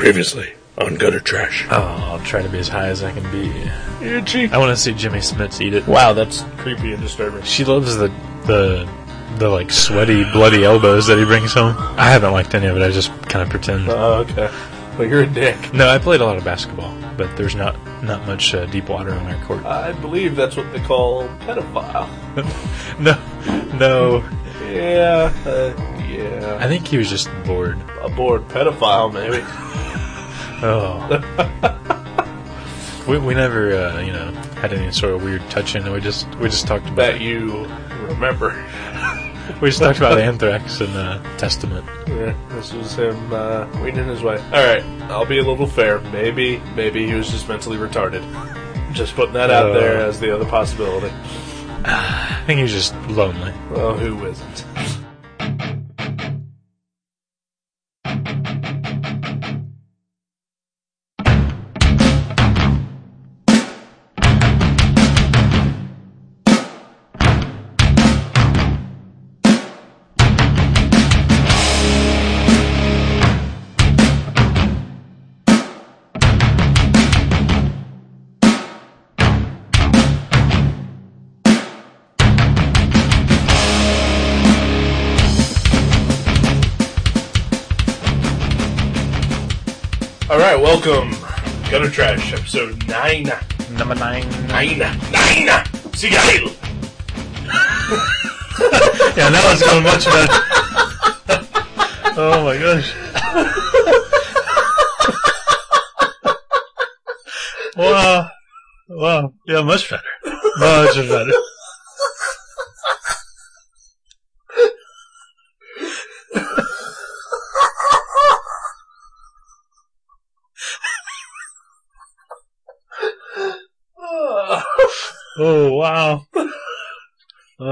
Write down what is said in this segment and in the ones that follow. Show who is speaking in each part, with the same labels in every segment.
Speaker 1: Previously on Gutter Trash.
Speaker 2: Oh, I'll try to be as high as I can be.
Speaker 1: Itchy.
Speaker 2: I want to see Jimmy Smith eat it.
Speaker 3: Wow, that's creepy and disturbing.
Speaker 2: She loves the the the like sweaty, bloody elbows that he brings home. I haven't liked any of it. I just kind of pretend.
Speaker 3: Oh, okay. Well, you're a dick.
Speaker 2: No, I played a lot of basketball, but there's not not much uh, deep water on our court.
Speaker 3: I believe that's what they call pedophile.
Speaker 2: No, no.
Speaker 3: Yeah, uh, yeah.
Speaker 2: I think he was just bored.
Speaker 3: A bored pedophile, maybe.
Speaker 2: Oh. we, we never, uh, you know, had any sort of weird touching. We just we just talked about
Speaker 3: that you remember.
Speaker 2: we just talked about anthrax and uh, testament.
Speaker 3: Yeah, this was him uh, weaning his way. All right, I'll be a little fair. Maybe, maybe he was just mentally retarded. Just putting that out
Speaker 2: Uh.
Speaker 3: there as the other possibility.
Speaker 2: I think he was just lonely.
Speaker 3: Well, who isn't? All right, welcome. Gutter Trash, episode nine,
Speaker 2: Number nine.
Speaker 3: nine, nine. Seattle.
Speaker 2: Yeah, that one's going much better. oh my gosh. wow. Wow. Yeah, much better. Much better. Oh, wow. That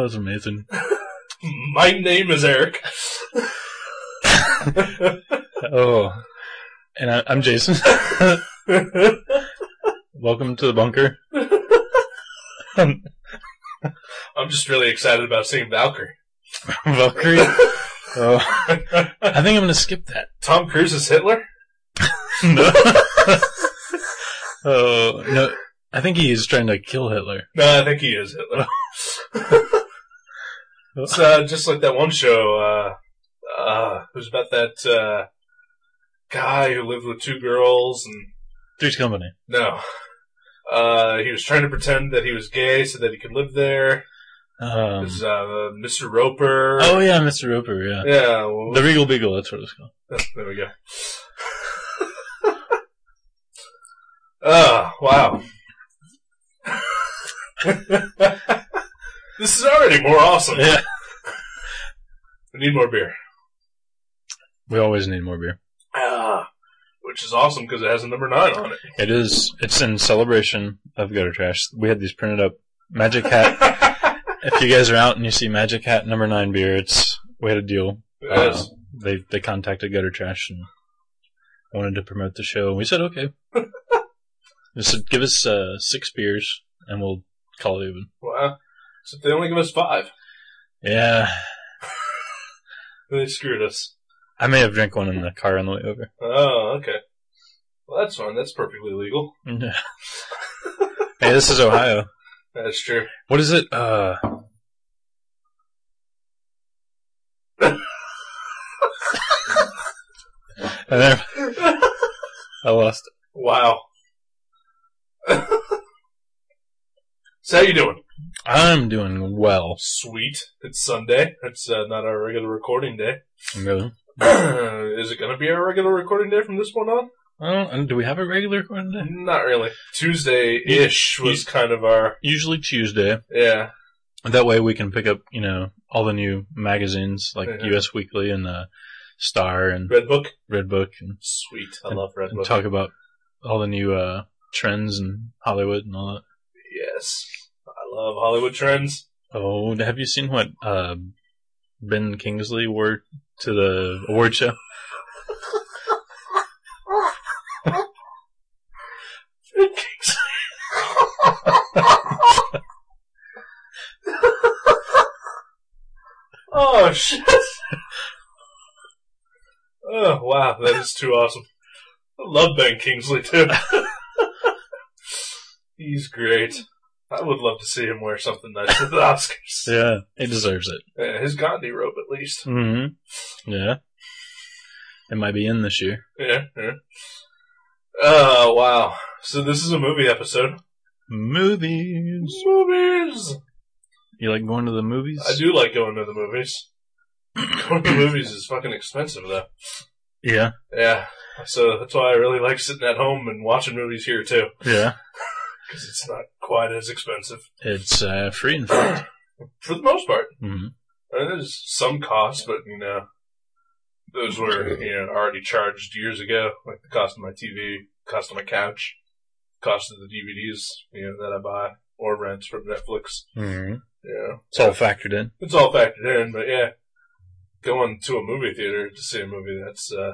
Speaker 2: was amazing.
Speaker 3: My name is Eric.
Speaker 2: Oh. And I, I'm Jason. Welcome to the bunker.
Speaker 3: I'm just really excited about seeing Valkyrie.
Speaker 2: Valkyrie. Oh. I think I'm going to skip that.
Speaker 3: Tom Cruise is Hitler.
Speaker 2: No. oh, no. I think he is trying to kill Hitler.
Speaker 3: No, I think he is Hitler. it's uh, just like that one show. Uh, uh, it was about that uh, guy who lived with two girls, and
Speaker 2: Three's Company.
Speaker 3: no, uh, he was trying to pretend that he was gay so that he could live there. It
Speaker 2: Um,
Speaker 3: was uh, Mr. Roper.
Speaker 2: oh, yeah, Mr. Roper, yeah.
Speaker 3: yeah. Well,
Speaker 2: The Regal Beagle, that's what it's called.
Speaker 3: there we go. Ah, wow. this is already more awesome.
Speaker 2: Yeah.
Speaker 3: We need more beer.
Speaker 2: We always need more beer.
Speaker 3: Ah, which is awesome because it has a number nine on it.
Speaker 2: It is, it's in celebration of Gutter Trash. We had these printed up. Magic Hat. if you guys are out and you see Magic Hat number nine beer, it's, we had a deal.
Speaker 3: It
Speaker 2: Uh,
Speaker 3: is.
Speaker 2: they they contacted Gutter Trash and wanted to promote the show, and we said okay. they said give us uh, six beers and we'll call it even.
Speaker 3: Wow. So they only give us five.
Speaker 2: Yeah,
Speaker 3: They screwed us.
Speaker 2: I may have drank one in the car on the way over.
Speaker 3: Oh, okay. Well, that's fine. That's perfectly legal.
Speaker 2: hey, this is Ohio.
Speaker 3: That's true.
Speaker 2: What is it? Uh. I never- I lost. it.
Speaker 3: Wow. so how you doing?
Speaker 2: I'm doing well.
Speaker 3: Sweet. It's Sunday. It's uh, not our regular recording day.
Speaker 2: Really?
Speaker 3: is it going to be our regular recording day from this point on?
Speaker 2: Oh, and do we have a regular recording day?
Speaker 3: Not really. Tuesday ish
Speaker 2: You-
Speaker 3: was kind of our
Speaker 2: Usually Tuesday.
Speaker 3: yeah.
Speaker 2: That way we can pick up, you know, all the new magazines like
Speaker 3: Yeah.
Speaker 2: U.S. Weekly and uh, Star and
Speaker 3: Red book.
Speaker 2: Red Book and,
Speaker 3: Sweet. I love red
Speaker 2: and
Speaker 3: book.
Speaker 2: talk about all the new uh, trends in Hollywood and all
Speaker 3: Yes. I love Hollywood trends.
Speaker 2: that. Oh, have you seen what uh, Ben Kingsley wore to the award show?
Speaker 3: oh shit. Oh wow, that is too awesome. love Ben Kingsley too. He's great. I would love to see him wear something nice at the Oscars.
Speaker 2: Yeah, he deserves it.
Speaker 3: Yeah, his Gandhi robe, at least.
Speaker 2: Mm-hmm. Yeah. It might be in this year.
Speaker 3: Yeah. yeah. Oh wow! So this is a movie episode.
Speaker 2: Movies.
Speaker 3: Movies.
Speaker 2: You like going to the movies?
Speaker 3: I do like going to the movies. Going to the movies is fucking expensive though.
Speaker 2: Yeah.
Speaker 3: Yeah. So that's why I really like sitting at home and watching movies here too,
Speaker 2: Yeah.
Speaker 3: because it's not quite as expensive
Speaker 2: It's uh, free in fact.
Speaker 3: for the most part.
Speaker 2: hmm
Speaker 3: I mean, there's some cost, but you know, those were you know already charged years ago, like the cost of my TV, cost of my couch, cost of the DVDs you know that I buy or rent from Netflix.
Speaker 2: hmm
Speaker 3: Yeah,
Speaker 2: It's all factored in.
Speaker 3: it's all factored in, but yeah, going to a movie theater to see a movie that's uh,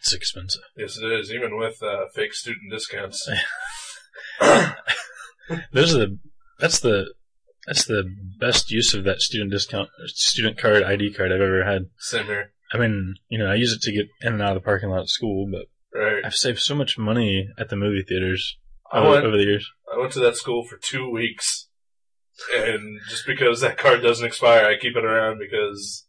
Speaker 2: It's expensive.
Speaker 3: yes, it is, even with uh, fake student discounts.
Speaker 2: Those are the. That's the. That's the best use of that student discount, student card, ID card I've ever had.
Speaker 3: Same here,
Speaker 2: I mean, you know, I use it to get in and out of the parking lot at school, but
Speaker 3: right?
Speaker 2: I've saved so much money at the movie theaters
Speaker 3: I
Speaker 2: over,
Speaker 3: went,
Speaker 2: over the years.
Speaker 3: I went to that school for two weeks, and just because that card doesn't expire, I keep it around because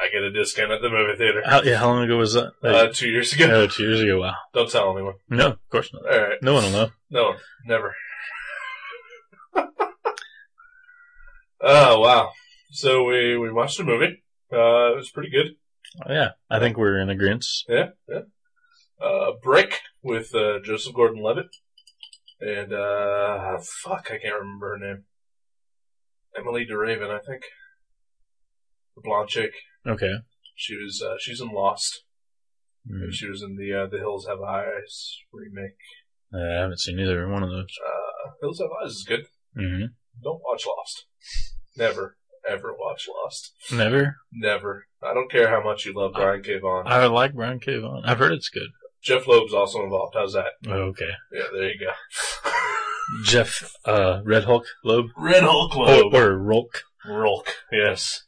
Speaker 3: I get a discount at the movie theater.
Speaker 2: How, yeah, how long ago was that? Like,
Speaker 3: Uh, two years ago.
Speaker 2: no, two years ago. Wow.
Speaker 3: Don't tell anyone.
Speaker 2: No, of course not.
Speaker 3: All right.
Speaker 2: No one will know.
Speaker 3: No, never. oh wow! So we we watched a movie. Uh, it was pretty good.
Speaker 2: Oh, yeah, I think we're in agreement.
Speaker 3: Yeah, yeah. Uh, Brick with uh, Joseph Gordon-Levitt and uh, fuck, I can't remember her name. Emily DeRaven, I think. The blonde chick.
Speaker 2: Okay.
Speaker 3: She was uh, she's in Lost.
Speaker 2: Mm.
Speaker 3: She was in the uh, The Hills Have Eyes remake.
Speaker 2: Uh, I haven't seen either one of those.
Speaker 3: Uh, Hills Have Eyes is good.
Speaker 2: hmm
Speaker 3: Don't watch Lost. Never ever watch Lost.
Speaker 2: Never.
Speaker 3: Never. I don't care how much you love Brian K. Vaughan.
Speaker 2: I like Brian K. Vaughan. I've heard it's good.
Speaker 3: Jeff Loeb's also involved. How's that?
Speaker 2: Oh, okay.
Speaker 3: Yeah, there you go.
Speaker 2: Jeff uh, Red Hulk Loeb
Speaker 3: Red Hulk
Speaker 2: or, or Rolk.
Speaker 3: Rolk, yes.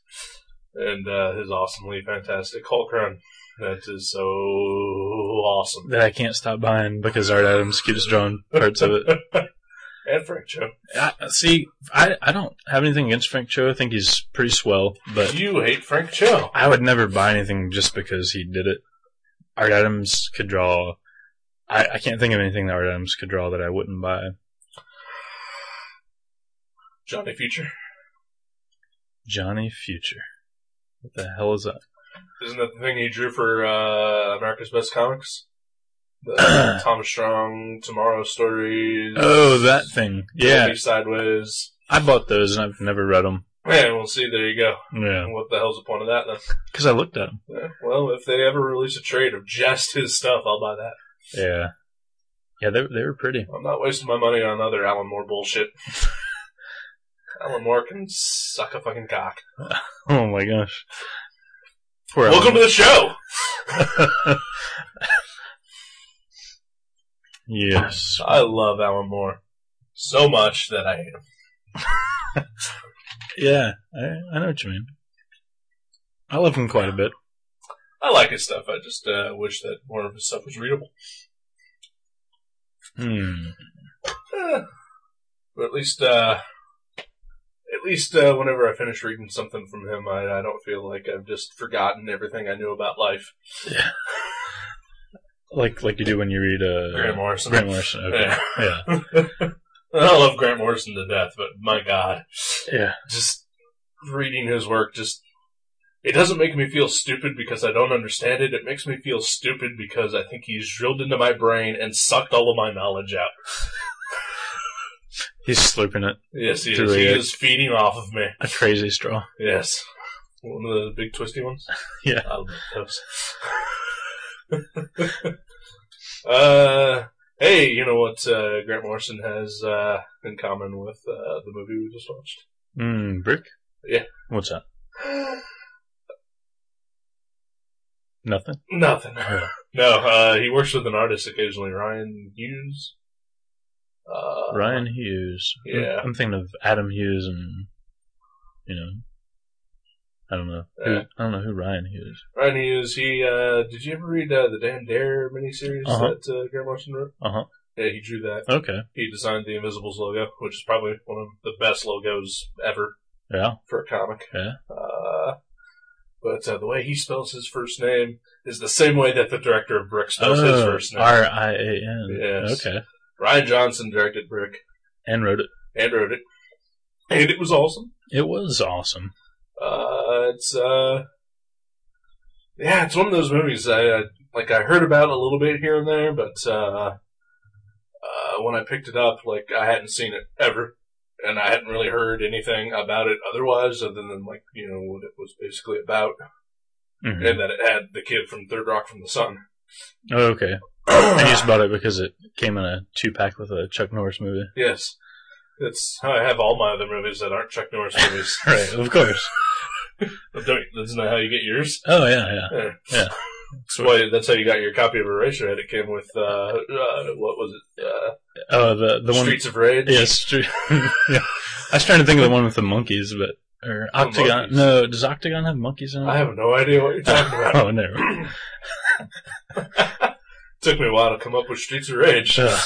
Speaker 3: And uh, his awesomely fantastic Hulk run. That is so awesome.
Speaker 2: that I can't stop buying because Art Adams keeps drawing parts of it.
Speaker 3: And Frank Cho.
Speaker 2: I, see, I, I don't have anything against Frank Cho. I think he's pretty swell, but
Speaker 3: You hate Frank Cho.
Speaker 2: I would never buy anything just because he did it. Art Adams could draw. I, I can't think of anything that Art Adams could draw that I wouldn't buy.
Speaker 3: Johnny Future.
Speaker 2: Johnny Future. What the hell is
Speaker 3: Isn't that the thing he drew for uh, America's Best Comics? The
Speaker 2: that?
Speaker 3: Thomas Strong, Tomorrow Stories.
Speaker 2: oh, that thing. Yeah,
Speaker 3: Maybe Sideways.
Speaker 2: I bought those and I've never read them.
Speaker 3: Man, we'll see. There you go.
Speaker 2: Yeah,
Speaker 3: And what the hell's the point of that then?
Speaker 2: because I looked at them.
Speaker 3: Yeah, well, if they ever release a trade of just his stuff, I'll buy that.
Speaker 2: Yeah, yeah, they they were pretty.
Speaker 3: I'm not wasting my money on other Alan Moore bullshit. Alan Moore can suck a fucking cock.
Speaker 2: Oh my gosh. Poor Alan.
Speaker 3: Welcome to the show!
Speaker 2: Yes.
Speaker 3: I love Alan Moore so much that I hate him.
Speaker 2: Yeah, I, I know what you mean. I love him quite a bit.
Speaker 3: I like his stuff. I just uh, wish that more of his stuff was readable.
Speaker 2: Hmm.
Speaker 3: Eh, But at least, uh, at least uh, whenever I finish reading something from him, I, I don't feel like I've just forgotten everything I knew about life.
Speaker 2: Like like you do when you read uh,
Speaker 3: Grant Morrison.
Speaker 2: Grant Morrison. Okay. Yeah.
Speaker 3: I love Grant Morrison to death, but my God,
Speaker 2: Yeah.
Speaker 3: just reading his work just it doesn't make me feel stupid because I don't understand it. It makes me feel stupid because I think he's drilled into my brain and sucked all of my knowledge out.
Speaker 2: He's slurping it.
Speaker 3: Yes, he
Speaker 2: Through
Speaker 3: is. He
Speaker 2: it.
Speaker 3: is feeding off of me.
Speaker 2: A crazy straw.
Speaker 3: Yes. One of those big twisty ones?
Speaker 2: Yeah.
Speaker 3: I love those. uh, hey, you know what uh, Grant Morrison has uh, in common with uh, the movie we just watched?
Speaker 2: Hmm. Brick.
Speaker 3: Yeah.
Speaker 2: What's that? Nothing.
Speaker 3: Nothing.
Speaker 2: Yeah.
Speaker 3: No, uh, he works with an artist occasionally, Ryan Hughes. Uh,
Speaker 2: Ryan Hughes.
Speaker 3: Yeah.
Speaker 2: I'm thinking of Adam Hughes and you know I don't know.
Speaker 3: Yeah.
Speaker 2: Who, I don't know who Ryan is.
Speaker 3: Ryan Hughes, he, uh, did you ever read uh, the Damn Dare miniseries
Speaker 2: Uh-huh.
Speaker 3: that uh, Graham Watson wrote?
Speaker 2: Uh-huh.
Speaker 3: Yeah, he drew that.
Speaker 2: Okay.
Speaker 3: He designed the Invisibles logo, which is probably one of the best logos ever
Speaker 2: Yeah.
Speaker 3: for a comic.
Speaker 2: Yeah.
Speaker 3: Uh, but uh, the way he spells his first name is the same way that the director of Brick spells his first name.
Speaker 2: R I A N.
Speaker 3: Yes.
Speaker 2: Oh, Okay.
Speaker 3: Ryan Johnson directed Brick
Speaker 2: And wrote it.
Speaker 3: and wrote it, and it was awesome.
Speaker 2: It was awesome.
Speaker 3: Uh, it's uh, yeah, it's one of those movies. I, I like. I heard about it a little bit here and there, but uh, uh, when I picked it up, like I hadn't seen it ever, and I hadn't really heard anything about it otherwise, other than like you know what it was basically about,
Speaker 2: Mhm.
Speaker 3: and that it had the kid from Third Rock from the Sun.
Speaker 2: Oh, okay. I just bought it because it came in a two pack with a Chuck Norris movie.
Speaker 3: yes. That's how I have all my other movies that aren't Chuck Norris movies.
Speaker 2: Right, of course.
Speaker 3: Don't, that's not how you get yours.
Speaker 2: Oh yeah, yeah. Yeah.
Speaker 3: That's why. That's how you got your copy of Erasure. It came with uh, uh what was it? Uh,
Speaker 2: Oh, the the one.
Speaker 3: Streets of Rage.
Speaker 2: Yeah, street, yeah. I was trying to think of the one with the monkeys, but or octagon.
Speaker 3: monkeys.
Speaker 2: No, does octagon have monkeys in it?
Speaker 3: I have no idea what you're talking about.
Speaker 2: oh no.
Speaker 3: Took me a while to come up with Streets of Rage.
Speaker 2: Ugh.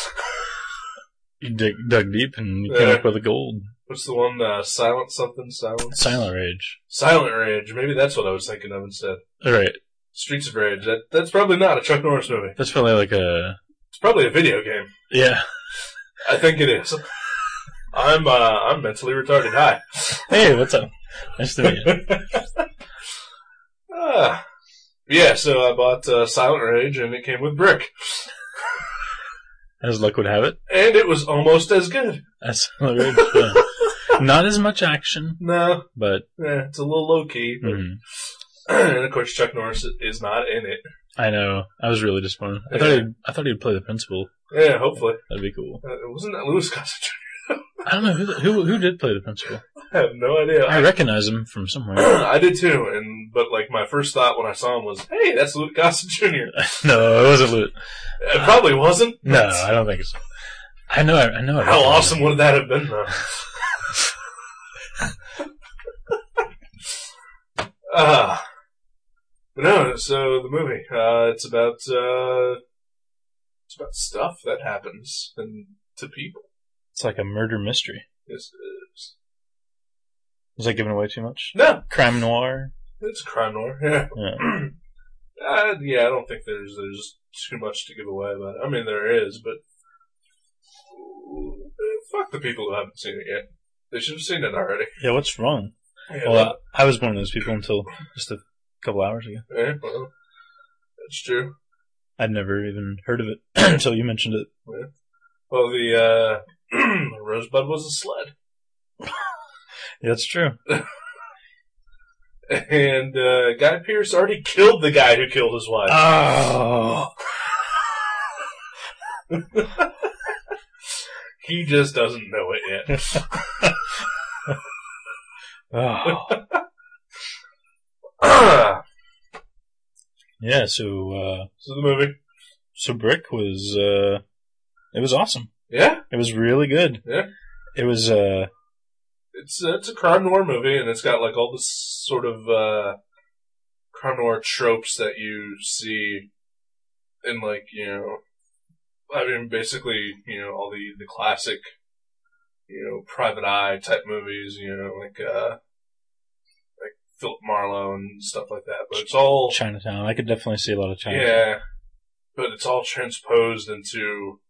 Speaker 2: You dig, dug deep and you came
Speaker 3: Yeah.
Speaker 2: up with a gold
Speaker 3: What's the one? Uh, silent something. Silent.
Speaker 2: silent rage.
Speaker 3: Silent Rage. Maybe that's what I was thinking of instead.
Speaker 2: All right,
Speaker 3: Streets of Rage. That that's probably not a Chuck Norris movie.
Speaker 2: that's probably like a
Speaker 3: It's probably a video game.
Speaker 2: yeah.
Speaker 3: I think it is. I'm uh, I'm mentally retarded. Hi.
Speaker 2: Hey, what's up? Nice to meet you.
Speaker 3: Ah. yeah. So I bought uh, Silent Rage, and it came with Brick,
Speaker 2: As luck would have it,
Speaker 3: and it was almost as good.
Speaker 2: that's silent rage. yeah. Not as much action,
Speaker 3: No,
Speaker 2: but
Speaker 3: eh, it's a little low key. but-
Speaker 2: mhm.
Speaker 3: and of course, Chuck Norris is not in it.
Speaker 2: I know I was really disappointed. I thought he'd, I thought he'd play the principal.
Speaker 3: Yeah, hopefully.
Speaker 2: That'd be cool.
Speaker 3: Uh, wasn't that Louis Gossett?
Speaker 2: I don't know who the, who who did play the principal.
Speaker 3: I have no idea.
Speaker 2: I
Speaker 3: I,
Speaker 2: recognize him from somewhere.
Speaker 3: I did too, and but like my first thought when I saw him was, "Hey, that's Luke Gossett Jr."
Speaker 2: no, it wasn't Luke.
Speaker 3: It probably wasn't.
Speaker 2: No,
Speaker 3: but
Speaker 2: I don't think so. I know. I, I know. I
Speaker 3: How
Speaker 2: recognize
Speaker 3: awesome would that have been, though? uh, but no, so the movie, uh, it's about, uh, it's about stuff that happens and to people.
Speaker 2: him. It's like a murder mystery.
Speaker 3: It's, it's,
Speaker 2: Was that giving away too much?
Speaker 3: no,
Speaker 2: Crime noir.
Speaker 3: it's a crime noir, yeah.
Speaker 2: Yeah.
Speaker 3: uh, yeah, I don't think there's, there's too much to give away about it. I mean, there is, but eh, fuck the people who haven't seen it yet. They should have seen it already.
Speaker 2: Yeah. What's wrong?
Speaker 3: Yeah,
Speaker 2: Well, I, I was one of those people until just a couple hours ago.
Speaker 3: Yeah, Eh, well, that's true.
Speaker 2: I'd never even heard of it until you mentioned it.
Speaker 3: Well, the uh, Rosebud was a sled,
Speaker 2: Yeah, that's true.
Speaker 3: and uh, Guy Pierce already killed the guy who killed his wife. Ah.
Speaker 2: Oh.
Speaker 3: he just doesn't know it yet. Ah. so
Speaker 2: Yeah. So, uh,
Speaker 3: the movie,
Speaker 2: so Brick was. Uh, it was awesome.
Speaker 3: yeah,
Speaker 2: It was really good.
Speaker 3: Yeah.
Speaker 2: It was. Uh,
Speaker 3: it's uh, it's a crime noir movie, and it's got like all the s- sort of uh, crime noir tropes that you see in like you know, I mean, basically you know all the the classic. You know, private eye type movies, you know, like, uh, like Philip Marlowe and stuff like that. But it's all,
Speaker 2: Chinatown. I could definitely see a lot of Chinatown.
Speaker 3: Yeah, but it's all transposed into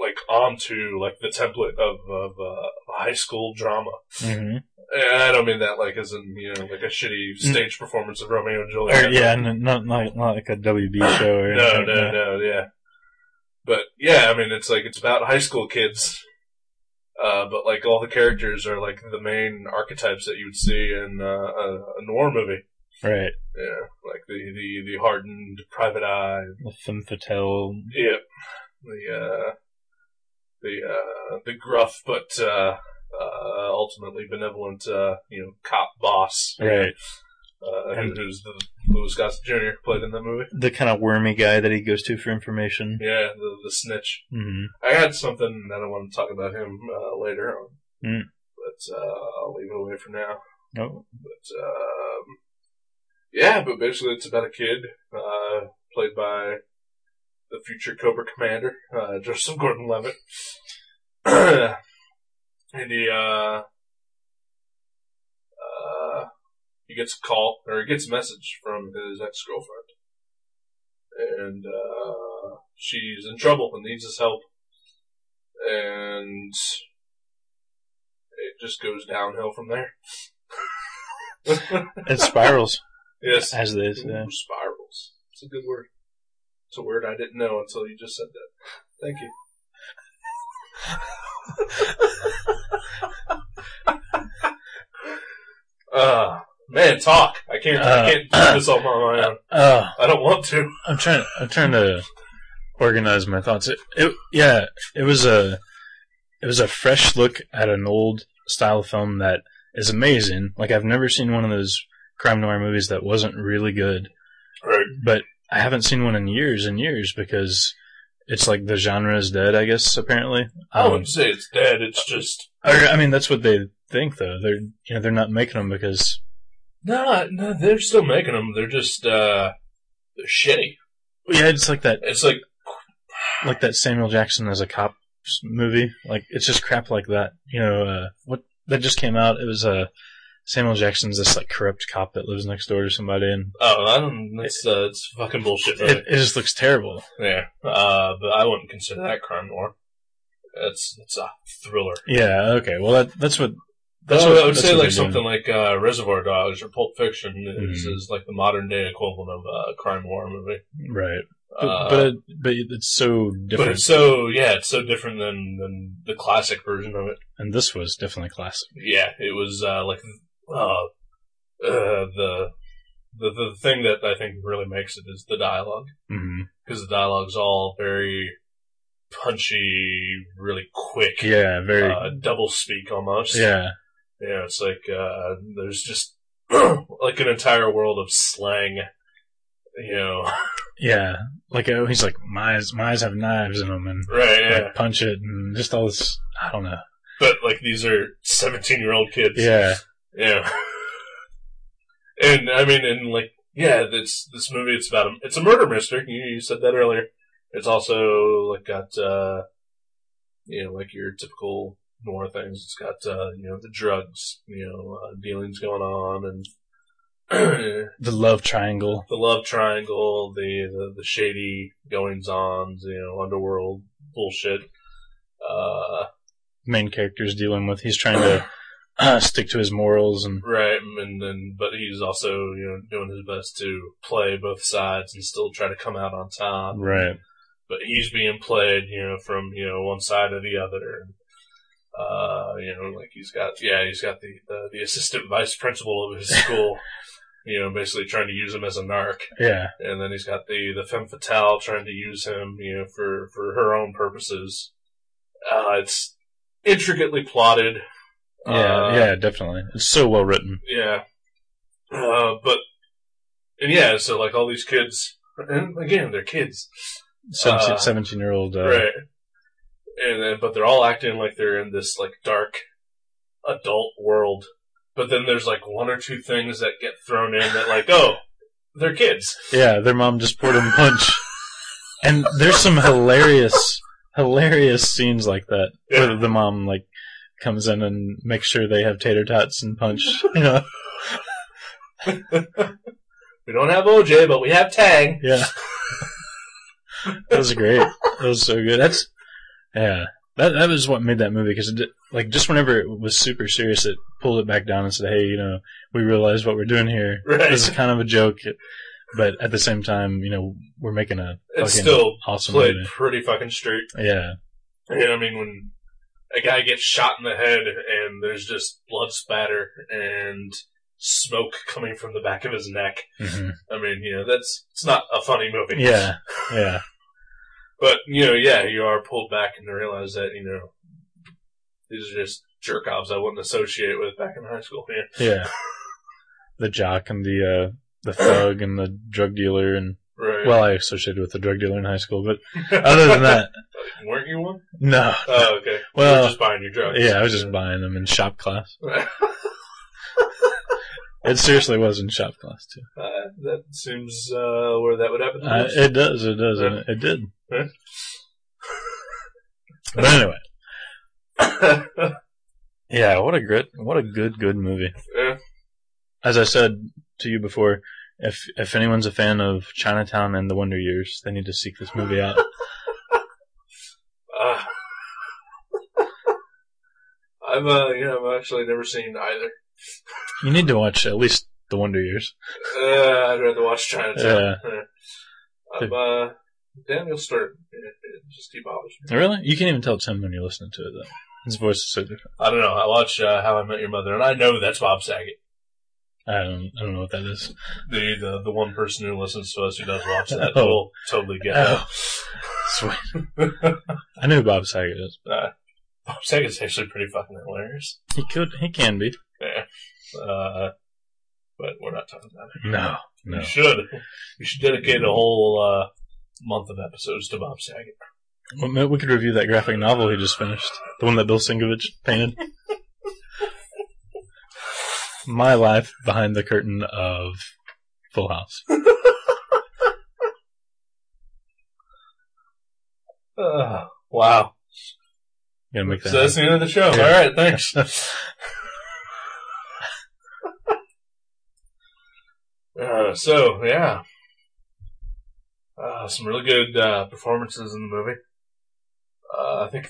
Speaker 3: like onto like the template of of uh, high school drama.
Speaker 2: hmm
Speaker 3: And I don't mean that like as in you know like a shitty stage performance of Romeo and
Speaker 2: Mm. Or,
Speaker 3: Juliet.
Speaker 2: yeah, n- not, not not like a WB show or
Speaker 3: No,
Speaker 2: anything.
Speaker 3: no, no, yeah. But yeah, I mean it's like it's about high school kids. Uh, but like all the characters are like the main archetypes that you would see in uh, a, a noir movie.
Speaker 2: Right.
Speaker 3: Yeah, like the the the hardened private eye,
Speaker 2: The femme fatale.
Speaker 3: Yep. The uh, the uh, the gruff but uh, uh, ultimately benevolent uh, you know cop boss
Speaker 2: Right.
Speaker 3: uh,
Speaker 2: And-
Speaker 3: who's the Louis Gossett Jr. played in the movie.
Speaker 2: The kind of wormy guy that he goes to for information.
Speaker 3: Yeah, the the snitch.
Speaker 2: hmm
Speaker 3: I had something that I want to talk about him uh, later on,
Speaker 2: Mm.
Speaker 3: but uh, I'll leave it away for now.
Speaker 2: No.
Speaker 3: But, um, yeah, but basically it's about a kid, uh, played by the future Cobra Commander, uh, Joseph Gordon-Levitt. and he, uh, uh, he gets a call, or he gets a message from his ex-girlfriend. And, uh, she's in trouble and needs his help. And it just goes downhill from there.
Speaker 2: It spirals,
Speaker 3: yes.
Speaker 2: as they say.
Speaker 3: Ooh, spirals. It's a good word. It's a word I didn't know until you just said that. Thank you. uh, man, talk. I can't. I can't do this all on my own.
Speaker 2: Oh,
Speaker 3: I don't want to.
Speaker 2: I'm trying. I'm trying to organize my thoughts. It, it, yeah, it was a, it was a fresh look at an old style film that is amazing. Like I've never seen one of those crime noir movies that wasn't really good,
Speaker 3: Right.
Speaker 2: but I haven't seen one in years and years because it's like the genre is dead. I guess apparently.
Speaker 3: I
Speaker 2: Um,
Speaker 3: wouldn't say it's dead. It's just
Speaker 2: or, I mean, that's what they think though. They're you know they're not making them because
Speaker 3: no, no. They're still making them. They're just uh, they're shitty.
Speaker 2: yeah, it's like that
Speaker 3: It's like
Speaker 2: like that Samuel Jackson as a cop s- movie. Like it's just crap like that. You know uh, what that just came out. It was uh, Samuel Jackson's this like corrupt cop that lives next door to somebody, and
Speaker 3: oh, I don't. It's uh, it's fucking bullshit.
Speaker 2: it, it just looks terrible.
Speaker 3: Yeah, uh, but I wouldn't consider that crime noir. It's it's a thriller.
Speaker 2: Yeah. Okay. Well, that, that's what. That's
Speaker 3: I
Speaker 2: what
Speaker 3: would- Oh, I would
Speaker 2: that's
Speaker 3: say
Speaker 2: what
Speaker 3: like
Speaker 2: they're doing.
Speaker 3: something like uh, Reservoir Dogs or Pulp Fiction is,
Speaker 2: Mhm.
Speaker 3: is like the modern day equivalent of a crime noir movie.
Speaker 2: Right. But
Speaker 3: Uh,
Speaker 2: but, it, but it's so
Speaker 3: but
Speaker 2: different,
Speaker 3: it's so yeah, it's so different than than the classic version of it.
Speaker 2: and this was definitely classic.
Speaker 3: Yeah, it was uh, like uh, uh, the the the thing that I think really makes it is the dialogue.
Speaker 2: hmm
Speaker 3: because the dialogue's all very punchy, really quick,
Speaker 2: Yeah. Very.
Speaker 3: uh, double speak almost.
Speaker 2: yeah.
Speaker 3: yeah. It's like uh, there's just like an entire world of slang. You know,
Speaker 2: Yeah. Like oh, he's like my eyes, my eyes have knives in them, and
Speaker 3: right? Yeah,
Speaker 2: like, punch it, and just all this. I don't know.
Speaker 3: but like these are seventeen-year-old kids.
Speaker 2: Yeah.
Speaker 3: yeah. And I mean, and like, yeah, this this movie. It's about a, it's a murder mystery. You, you said that earlier. It's also like got uh, you know, like your typical noir things. It's got uh, you know, the drugs, you know, uh, dealings going on, and the
Speaker 2: The love triangle.
Speaker 3: love triangle, the the, the shady goings on, you know, underworld bullshit. Uh,
Speaker 2: main character's dealing with. He's trying to uh, stick to his morals and
Speaker 3: Right, and then but he's also you know doing his best to play both sides and still try to come out on top.
Speaker 2: right.
Speaker 3: But he's being played you know from you know one side to the other. Uh, you know, like he's got yeah, he's got the the, the assistant vice principal of his school. You know, basically trying to use him as a narc,
Speaker 2: Yeah,
Speaker 3: and then he's got the the femme fatale trying to use him, you know, for for her own purposes. Uh, it's intricately plotted.
Speaker 2: yeah,
Speaker 3: Uh,
Speaker 2: yeah. Definitely, it's so well written.
Speaker 3: yeah. Uh, but and yeah, so like all these kids, and again, they're kids, Uh,
Speaker 2: Seventeen-year-old. Uh,
Speaker 3: right? And then, but they're all acting like they're in this like dark adult world. But then there's like one or two things that get thrown in that like, oh, they're kids.
Speaker 2: Yeah, their mom just poured him punch, and there's some hilarious, hilarious scenes like that where the mom like comes in and makes sure they have tater tots and punch. You know,
Speaker 3: We don't have OJ, but we have Tang.
Speaker 2: yeah. that was great. That was so good. That's yeah. That that was what made that movie because like just whenever it was super serious, it pulled it back down and said, "Hey, you know, we realize what we're doing here.
Speaker 3: Right.
Speaker 2: This is kind of a joke, but at the same time, you know, we're making a
Speaker 3: It's
Speaker 2: fucking
Speaker 3: still
Speaker 2: awesome
Speaker 3: played
Speaker 2: movie."
Speaker 3: pretty fucking straight.
Speaker 2: Yeah,
Speaker 3: Yeah, I mean, when a guy gets shot in the head and there's just blood spatter and smoke coming from the back of his neck.
Speaker 2: hmm
Speaker 3: I mean, you know, that's it's not a funny movie.
Speaker 2: yeah, yeah,
Speaker 3: But you know, yeah, you are pulled back and realize that you know these are just jerk offs I wouldn't associate with back in high school. Yeah.
Speaker 2: yeah. The jock and the uh, the thug and the drug dealer and
Speaker 3: Right.
Speaker 2: well, I associated with the drug dealer in high school, but other than that,
Speaker 3: weren't you one?
Speaker 2: no.
Speaker 3: Oh, okay. you
Speaker 2: Well,
Speaker 3: were just buying your drugs.
Speaker 2: Yeah, I was just buying them in shop class. It seriously was in shop class too.
Speaker 3: Uh, that seems uh, where that would happen.
Speaker 2: Uh, it does. It does. and It, it did.
Speaker 3: Huh?
Speaker 2: But anyway, yeah. What a good, what a good, good movie.
Speaker 3: Yeah.
Speaker 2: As I said to you before, if if anyone's a fan of Chinatown and The Wonder Years, they need to seek this movie out.
Speaker 3: Ah. I've uh, yeah, I've actually never seen either.
Speaker 2: you need to watch at least The Wonder Years. Uh,
Speaker 3: Uh, I'd rather watch Chinatown.
Speaker 2: Yeah.
Speaker 3: Yeah. I'm, uh, Daniel Stern. It, it just he bothers me.
Speaker 2: Really? You can't even tell Tim when you're listening to it though. His voice is so different.
Speaker 3: I don't know. I watch uh, How I Met Your Mother, and I know that's Bob Saget,
Speaker 2: I don't. I don't know what that is.
Speaker 3: the the, the one person who listens to us who does watch that.
Speaker 2: Oh.
Speaker 3: will totally get
Speaker 2: Oh.
Speaker 3: it.
Speaker 2: Sweet. I know who Bob Saget is.
Speaker 3: Uh, Bob Saget's actually pretty fucking hilarious.
Speaker 2: He could. He can be.
Speaker 3: Yeah. Uh, but we're not talking about it.
Speaker 2: No. No.
Speaker 3: You should. You should dedicate a whole uh, month of episodes to Bob Saget.
Speaker 2: Well, maybe we could review that graphic novel he just finished, the one that Bill Singovich painted. My life behind the curtain of Full House.
Speaker 3: Uh, wow.
Speaker 2: Gonna make that.
Speaker 3: So that's the end of the show.
Speaker 2: Yeah.
Speaker 3: All right, thanks. uh, so, yeah. Uh, some really good uh, performances in the movie. Uh, I think.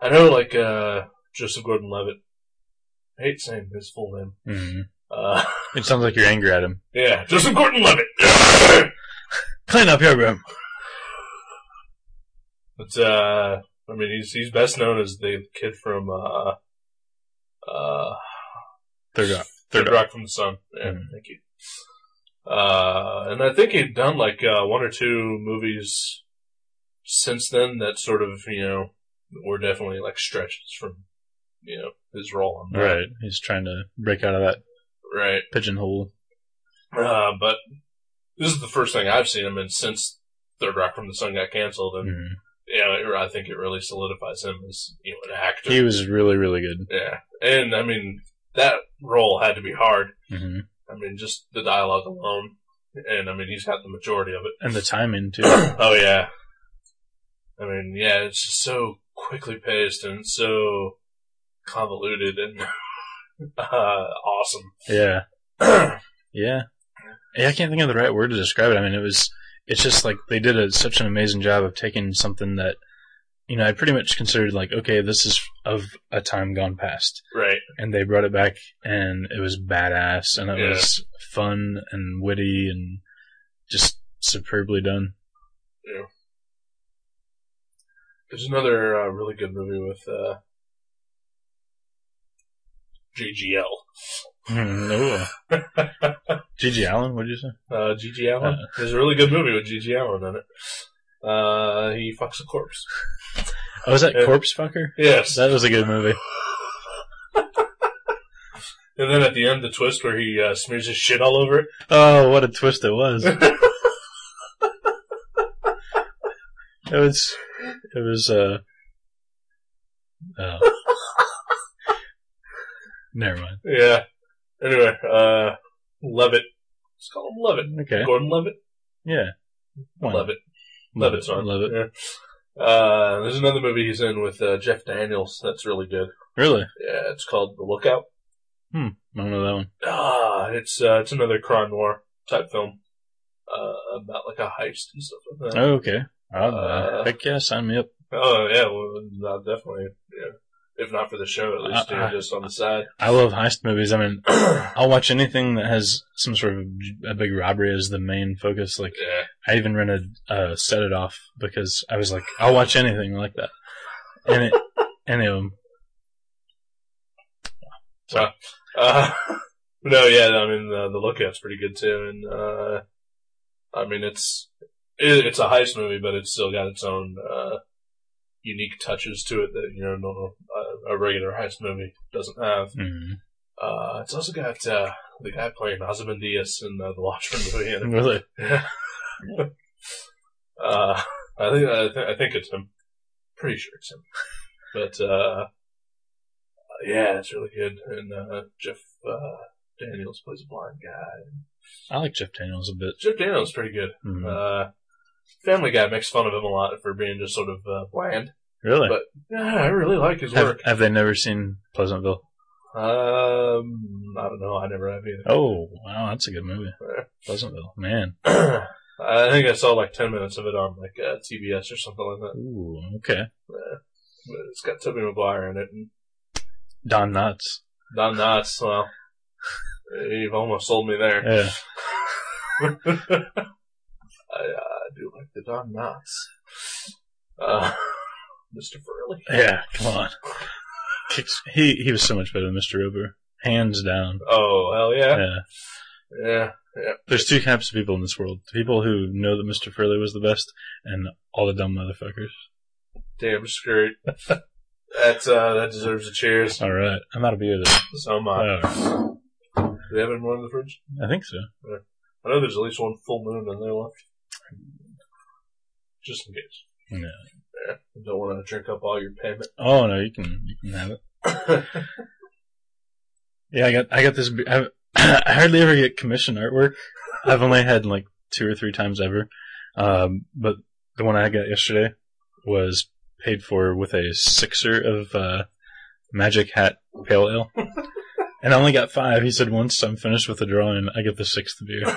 Speaker 3: I know, like, uh, Joseph Gordon Levitt. I hate saying his full name.
Speaker 2: happen. Mhm.
Speaker 3: Uh,
Speaker 2: It sounds like you're angry at him.
Speaker 3: yeah, Joseph Gordon Levitt!
Speaker 2: Clean up your room.
Speaker 3: But uh, I mean, he's he's best known as the kid from uh, uh,
Speaker 2: Third rock.
Speaker 3: Third
Speaker 2: Third
Speaker 3: Rock from the Sun. Yeah,
Speaker 2: Mhm.
Speaker 3: thank you. Uh, and I think he'd done like uh, one or two movies since then that sort of you know were definitely like stretches from you know his role on that.
Speaker 2: Right. He's trying to break out of that
Speaker 3: Right.
Speaker 2: pigeonhole.
Speaker 3: Uh, but this is the first thing I've seen him in since Third Rock from the Sun got canceled, and
Speaker 2: Mhm.
Speaker 3: yeah, you know, I think it really solidifies him as you know an actor.
Speaker 2: He was really, really good.
Speaker 3: Yeah, and I mean that role had to be hard.
Speaker 2: hmm
Speaker 3: I mean, just the dialogue alone, and I mean he's got the majority of it.
Speaker 2: And the timing too.
Speaker 3: oh yeah, I mean yeah, it's just so quickly paced and so convoluted and uh, awesome.
Speaker 2: yeah. Yeah. Yeah, I can't think of the right word to describe it. I mean, it was, it's just like they did a, such an amazing job of taking something that, you know, I pretty much considered like, okay, this is of a time gone past.
Speaker 3: right?
Speaker 2: And they brought it back and it was badass and it
Speaker 3: Yeah.
Speaker 2: was fun and witty and just superbly done.
Speaker 3: There's another uh, really good movie with uh, JGL.
Speaker 2: Mm, ooh. Gigi Allen, what did you say?
Speaker 3: Uh, G.G. Allen.
Speaker 2: Uh.
Speaker 3: There's a really good movie with G.G. Allen in it. Uh, he fucks a corpse.
Speaker 2: Oh, was that
Speaker 3: Yeah.
Speaker 2: Corpse Fucker?
Speaker 3: Yes.
Speaker 2: That was a good movie.
Speaker 3: and then at the end, the twist where he uh, smears his shit all over it.
Speaker 2: Oh, what a twist it was. it was it was uh oh. Never mind.
Speaker 3: Yeah. Anyway, uh, Levitt. Let's call him Levitt.
Speaker 2: Okay.
Speaker 3: Gordon Levitt?
Speaker 2: Yeah. Why not?
Speaker 3: Levitt.
Speaker 2: Love
Speaker 3: Levitt's on.
Speaker 2: Love it.
Speaker 3: Yeah. Uh, there's another movie he's in with uh, Jeff Daniels that's really good.
Speaker 2: Really?
Speaker 3: Yeah, it's called The Lookout.
Speaker 2: I don't know that one.
Speaker 3: Ah, it's uh, it's another crime noir type film uh, about like a heist and stuff like that.
Speaker 2: Oh, okay. I'll,
Speaker 3: Uh,
Speaker 2: uh, heck yeah, sign me up.
Speaker 3: Oh yeah, well, uh, definitely. Yeah. If not for the show, at least
Speaker 2: Uh,
Speaker 3: you know,
Speaker 2: uh,
Speaker 3: just on the side.
Speaker 2: I love heist movies. I mean, I'll watch anything that has some sort of a big robbery as the main focus. Like,
Speaker 3: yeah,
Speaker 2: I even rented uh, Set It Off because I was like, I'll watch anything like that. And it, and it, um,
Speaker 3: Uh, no, yeah, I mean uh, the, the lookout's pretty good too, and uh, I mean it's it, it's a heist movie, but it's still got its own uh, unique touches to it that you know normal uh, a regular heist movie doesn't have.
Speaker 2: mm,
Speaker 3: Uh, it's also got uh, the guy playing Ozymandias in uh, the Watchmen movie. in it.
Speaker 2: really,
Speaker 3: Yeah. uh, I think I, th- I think it's him. Pretty sure it's him. But uh, yeah, it's really good. And uh, Jeff uh, Daniels plays a blind guy.
Speaker 2: I like Jeff Daniels a bit.
Speaker 3: Jeff Daniels is pretty good.
Speaker 2: Mhm.
Speaker 3: Uh, Family Guy makes fun of him a lot for being just sort of uh, bland.
Speaker 2: really?
Speaker 3: but- Yeah, I really like his
Speaker 2: Have,
Speaker 3: work.
Speaker 2: have they never seen Pleasantville?
Speaker 3: Um, I don't know. I never have either.
Speaker 2: Oh, wow, that's a good movie.
Speaker 3: Yeah.
Speaker 2: Pleasantville, man.
Speaker 3: I think I saw like ten minutes of it on like uh, TBS or something like that.
Speaker 2: Ooh, okay.
Speaker 3: But It's got Toby Maguire in it and
Speaker 2: Don Knotts.
Speaker 3: Don Knotts. Well, you've almost sold me there.
Speaker 2: Yeah.
Speaker 3: I uh, do like the Don Knotts. Uh, Mr. Furley.
Speaker 2: Yeah, come on. Kicks, he he was so much better than Mr. Rober, hands down.
Speaker 3: Oh hell yeah,
Speaker 2: Yeah.
Speaker 3: yeah.
Speaker 2: There's two types of people in this world: the people who know that Mr. Furley was the best, and all the dumb motherfuckers.
Speaker 3: Damn straight. That's uh, that deserves a cheers.
Speaker 2: All right, I'm out of beer. Though.
Speaker 3: So am I.
Speaker 2: All right.
Speaker 3: Do they have any more in the fridge?
Speaker 2: I think so.
Speaker 3: I know there's at least one full moon in there left. Just in case.
Speaker 2: Yeah.
Speaker 3: Yeah. You don't want to drink up all your payment.
Speaker 2: Oh no, you can you can have it. Yeah, I got I got this. be- I, I hardly ever get commissioned artwork. I've only had like two or three times ever. Um, but the one I got yesterday was paid for with a sixer of uh, Magic Hat Pale Ale, and I only got five. He said once I'm finished with the drawing, I get the sixth beer.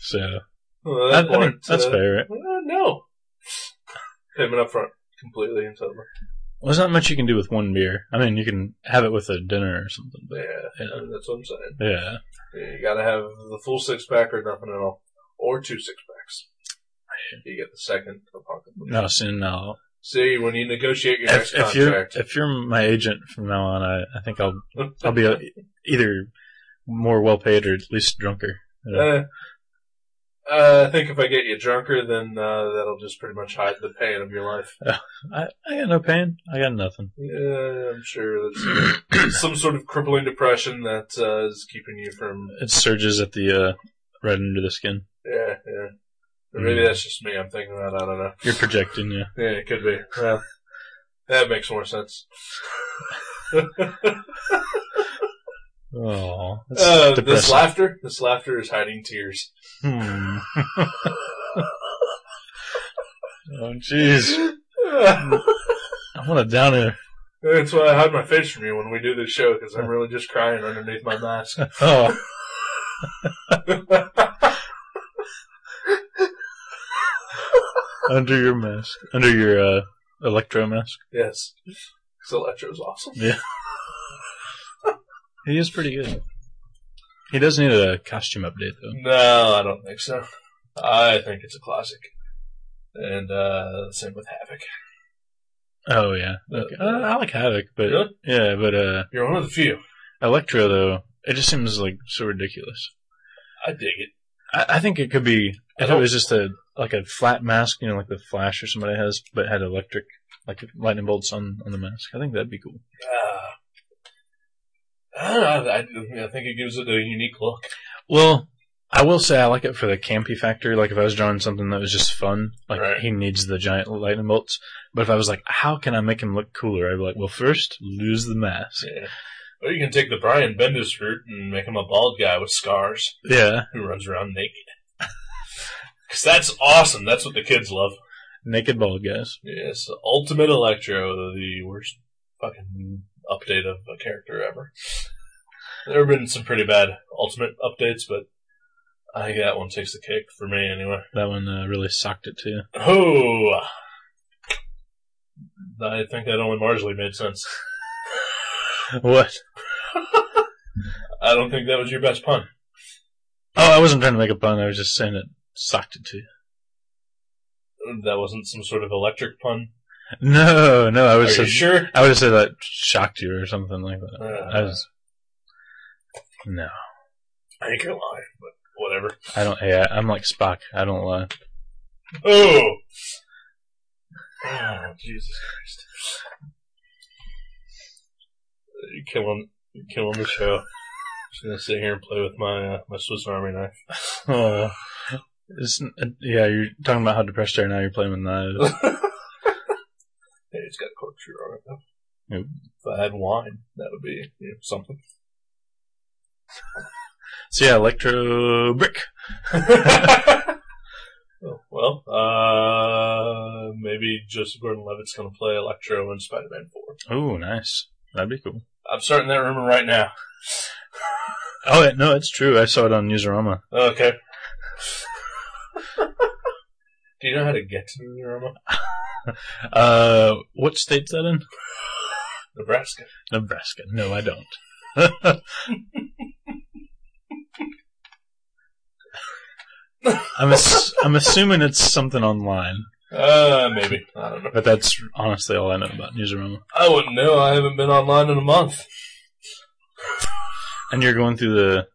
Speaker 2: So
Speaker 3: Well, at
Speaker 2: I, I
Speaker 3: that point,
Speaker 2: think that's
Speaker 3: uh,
Speaker 2: fair. Right?
Speaker 3: uh, no. Payment up front. Completely and totally.
Speaker 2: Well, there's not much you can do with one beer. I mean, you can have it with a dinner or something.
Speaker 3: Yeah.
Speaker 2: But
Speaker 3: I mean, that's what I'm saying.
Speaker 2: yeah,
Speaker 3: You gotta have the full six pack or nothing at all. Or two six packs. You get the second upon completion.
Speaker 2: no, soon now
Speaker 3: See, when you negotiate your
Speaker 2: if,
Speaker 3: next
Speaker 2: if you're
Speaker 3: contract.
Speaker 2: if you're my agent from now on, I, I think I'll I'll be uh, either more well paid or at least drunker. Yeah.
Speaker 3: Uh, uh, I think if I get you drunker, then uh, that'll just pretty much hide the pain of your life.
Speaker 2: I, I got no pain. I got nothing.
Speaker 3: Yeah, I'm sure that's some sort of crippling depression that uh, is keeping you from.
Speaker 2: It surges at the uh, right under the skin.
Speaker 3: Yeah, yeah. Or Maybe
Speaker 2: Mm.
Speaker 3: that's just me. I'm thinking that. I don't know.
Speaker 2: You're projecting, yeah.
Speaker 3: Yeah, it could be. Well, that makes more sense.
Speaker 2: Oh, that's
Speaker 3: Uh, this
Speaker 2: depressing.
Speaker 3: laughter, this laughter is hiding tears.
Speaker 2: Hmm. oh, jeez. I want to down here.
Speaker 3: That's why I hide my face from you when we do this show because I'm really just crying underneath my mask.
Speaker 2: Oh, under your mask, under your uh, electro mask.
Speaker 3: yes, because Electro's awesome.
Speaker 2: He is pretty good. He does need a costume update though.
Speaker 3: No, I don't think so. I think it's a classic. And uh same with Havoc.
Speaker 2: Oh yeah,
Speaker 3: Okay.
Speaker 2: uh, I like Havoc, but
Speaker 3: Really?
Speaker 2: yeah, but uh,
Speaker 3: You're one of the few.
Speaker 2: Electro though, it just seems like so ridiculous.
Speaker 3: I dig it.
Speaker 2: I, I think it could be
Speaker 3: I
Speaker 2: if it
Speaker 3: don't-
Speaker 2: was just a like a flat mask, you know, like the Flash or somebody has, but had electric like lightning bolts on on the mask. I think that'd be cool.
Speaker 3: Uh, I, don't know, I, I think it gives it a unique look.
Speaker 2: Well, I will say I like it for the campy factor. Like if I was drawing something that was just fun, like
Speaker 3: Right.
Speaker 2: he needs the giant lightning bolts. But if I was like, how can I make him look cooler? I'd be like, well, first lose the mask.
Speaker 3: Yeah. Or you can take the Brian Bendis route and make him a bald guy with scars
Speaker 2: Yeah,
Speaker 3: who runs around naked. Because that's awesome. That's what the kids love.
Speaker 2: naked bald guys.
Speaker 3: Yes, Ultimate Electro, the worst fucking update of a character ever. There have been some pretty bad Ultimate updates, but I think that one takes the cake for me anyway.
Speaker 2: That one uh, really socked it too.
Speaker 3: Oh! I think that only marginally made sense.
Speaker 2: What?
Speaker 3: I don't think that was your best pun.
Speaker 2: Oh, I wasn't trying to make a pun. I was just saying it sucked it to you.
Speaker 3: That wasn't some sort of electric pun.
Speaker 2: No, no, I
Speaker 3: Are
Speaker 2: would
Speaker 3: you
Speaker 2: say
Speaker 3: sure?
Speaker 2: I would have said that shocked you or something like that. I
Speaker 3: Uh,
Speaker 2: was no,
Speaker 3: I think you're lying, but whatever.
Speaker 2: I don't. Yeah, I'm like Spock. I don't lie.
Speaker 3: Oh! Ah, Jesus Christ. You're killing, you're killing the show. I'm just gonna sit here and play with my, uh, my Swiss Army knife.
Speaker 2: Oh, it's, uh, yeah, you're talking about how depressed you are now. You're playing with knives.
Speaker 3: Hey, it's got corkscrew on it though.
Speaker 2: Yep.
Speaker 3: If I had wine, that would be you know, something.
Speaker 2: So yeah, Electro Brick.
Speaker 3: well, uh, maybe Joseph Gordon-Levitt's going to play Electro in Spider-Man Four.
Speaker 2: Oh, nice. That'd be cool.
Speaker 3: I'm starting that rumor right now.
Speaker 2: Oh yeah, no, it's true. I saw it on Newsarama.
Speaker 3: Okay. Do you know how to get to Roma?
Speaker 2: Uh, what state's that in?
Speaker 3: Nebraska.
Speaker 2: Nebraska. No, I don't. I'm ass- I'm assuming it's something online,
Speaker 3: Uh, maybe. I don't know.
Speaker 2: but that's honestly all I know about Newsarama.
Speaker 3: I wouldn't know. I haven't been online in a month.
Speaker 2: And you're going through the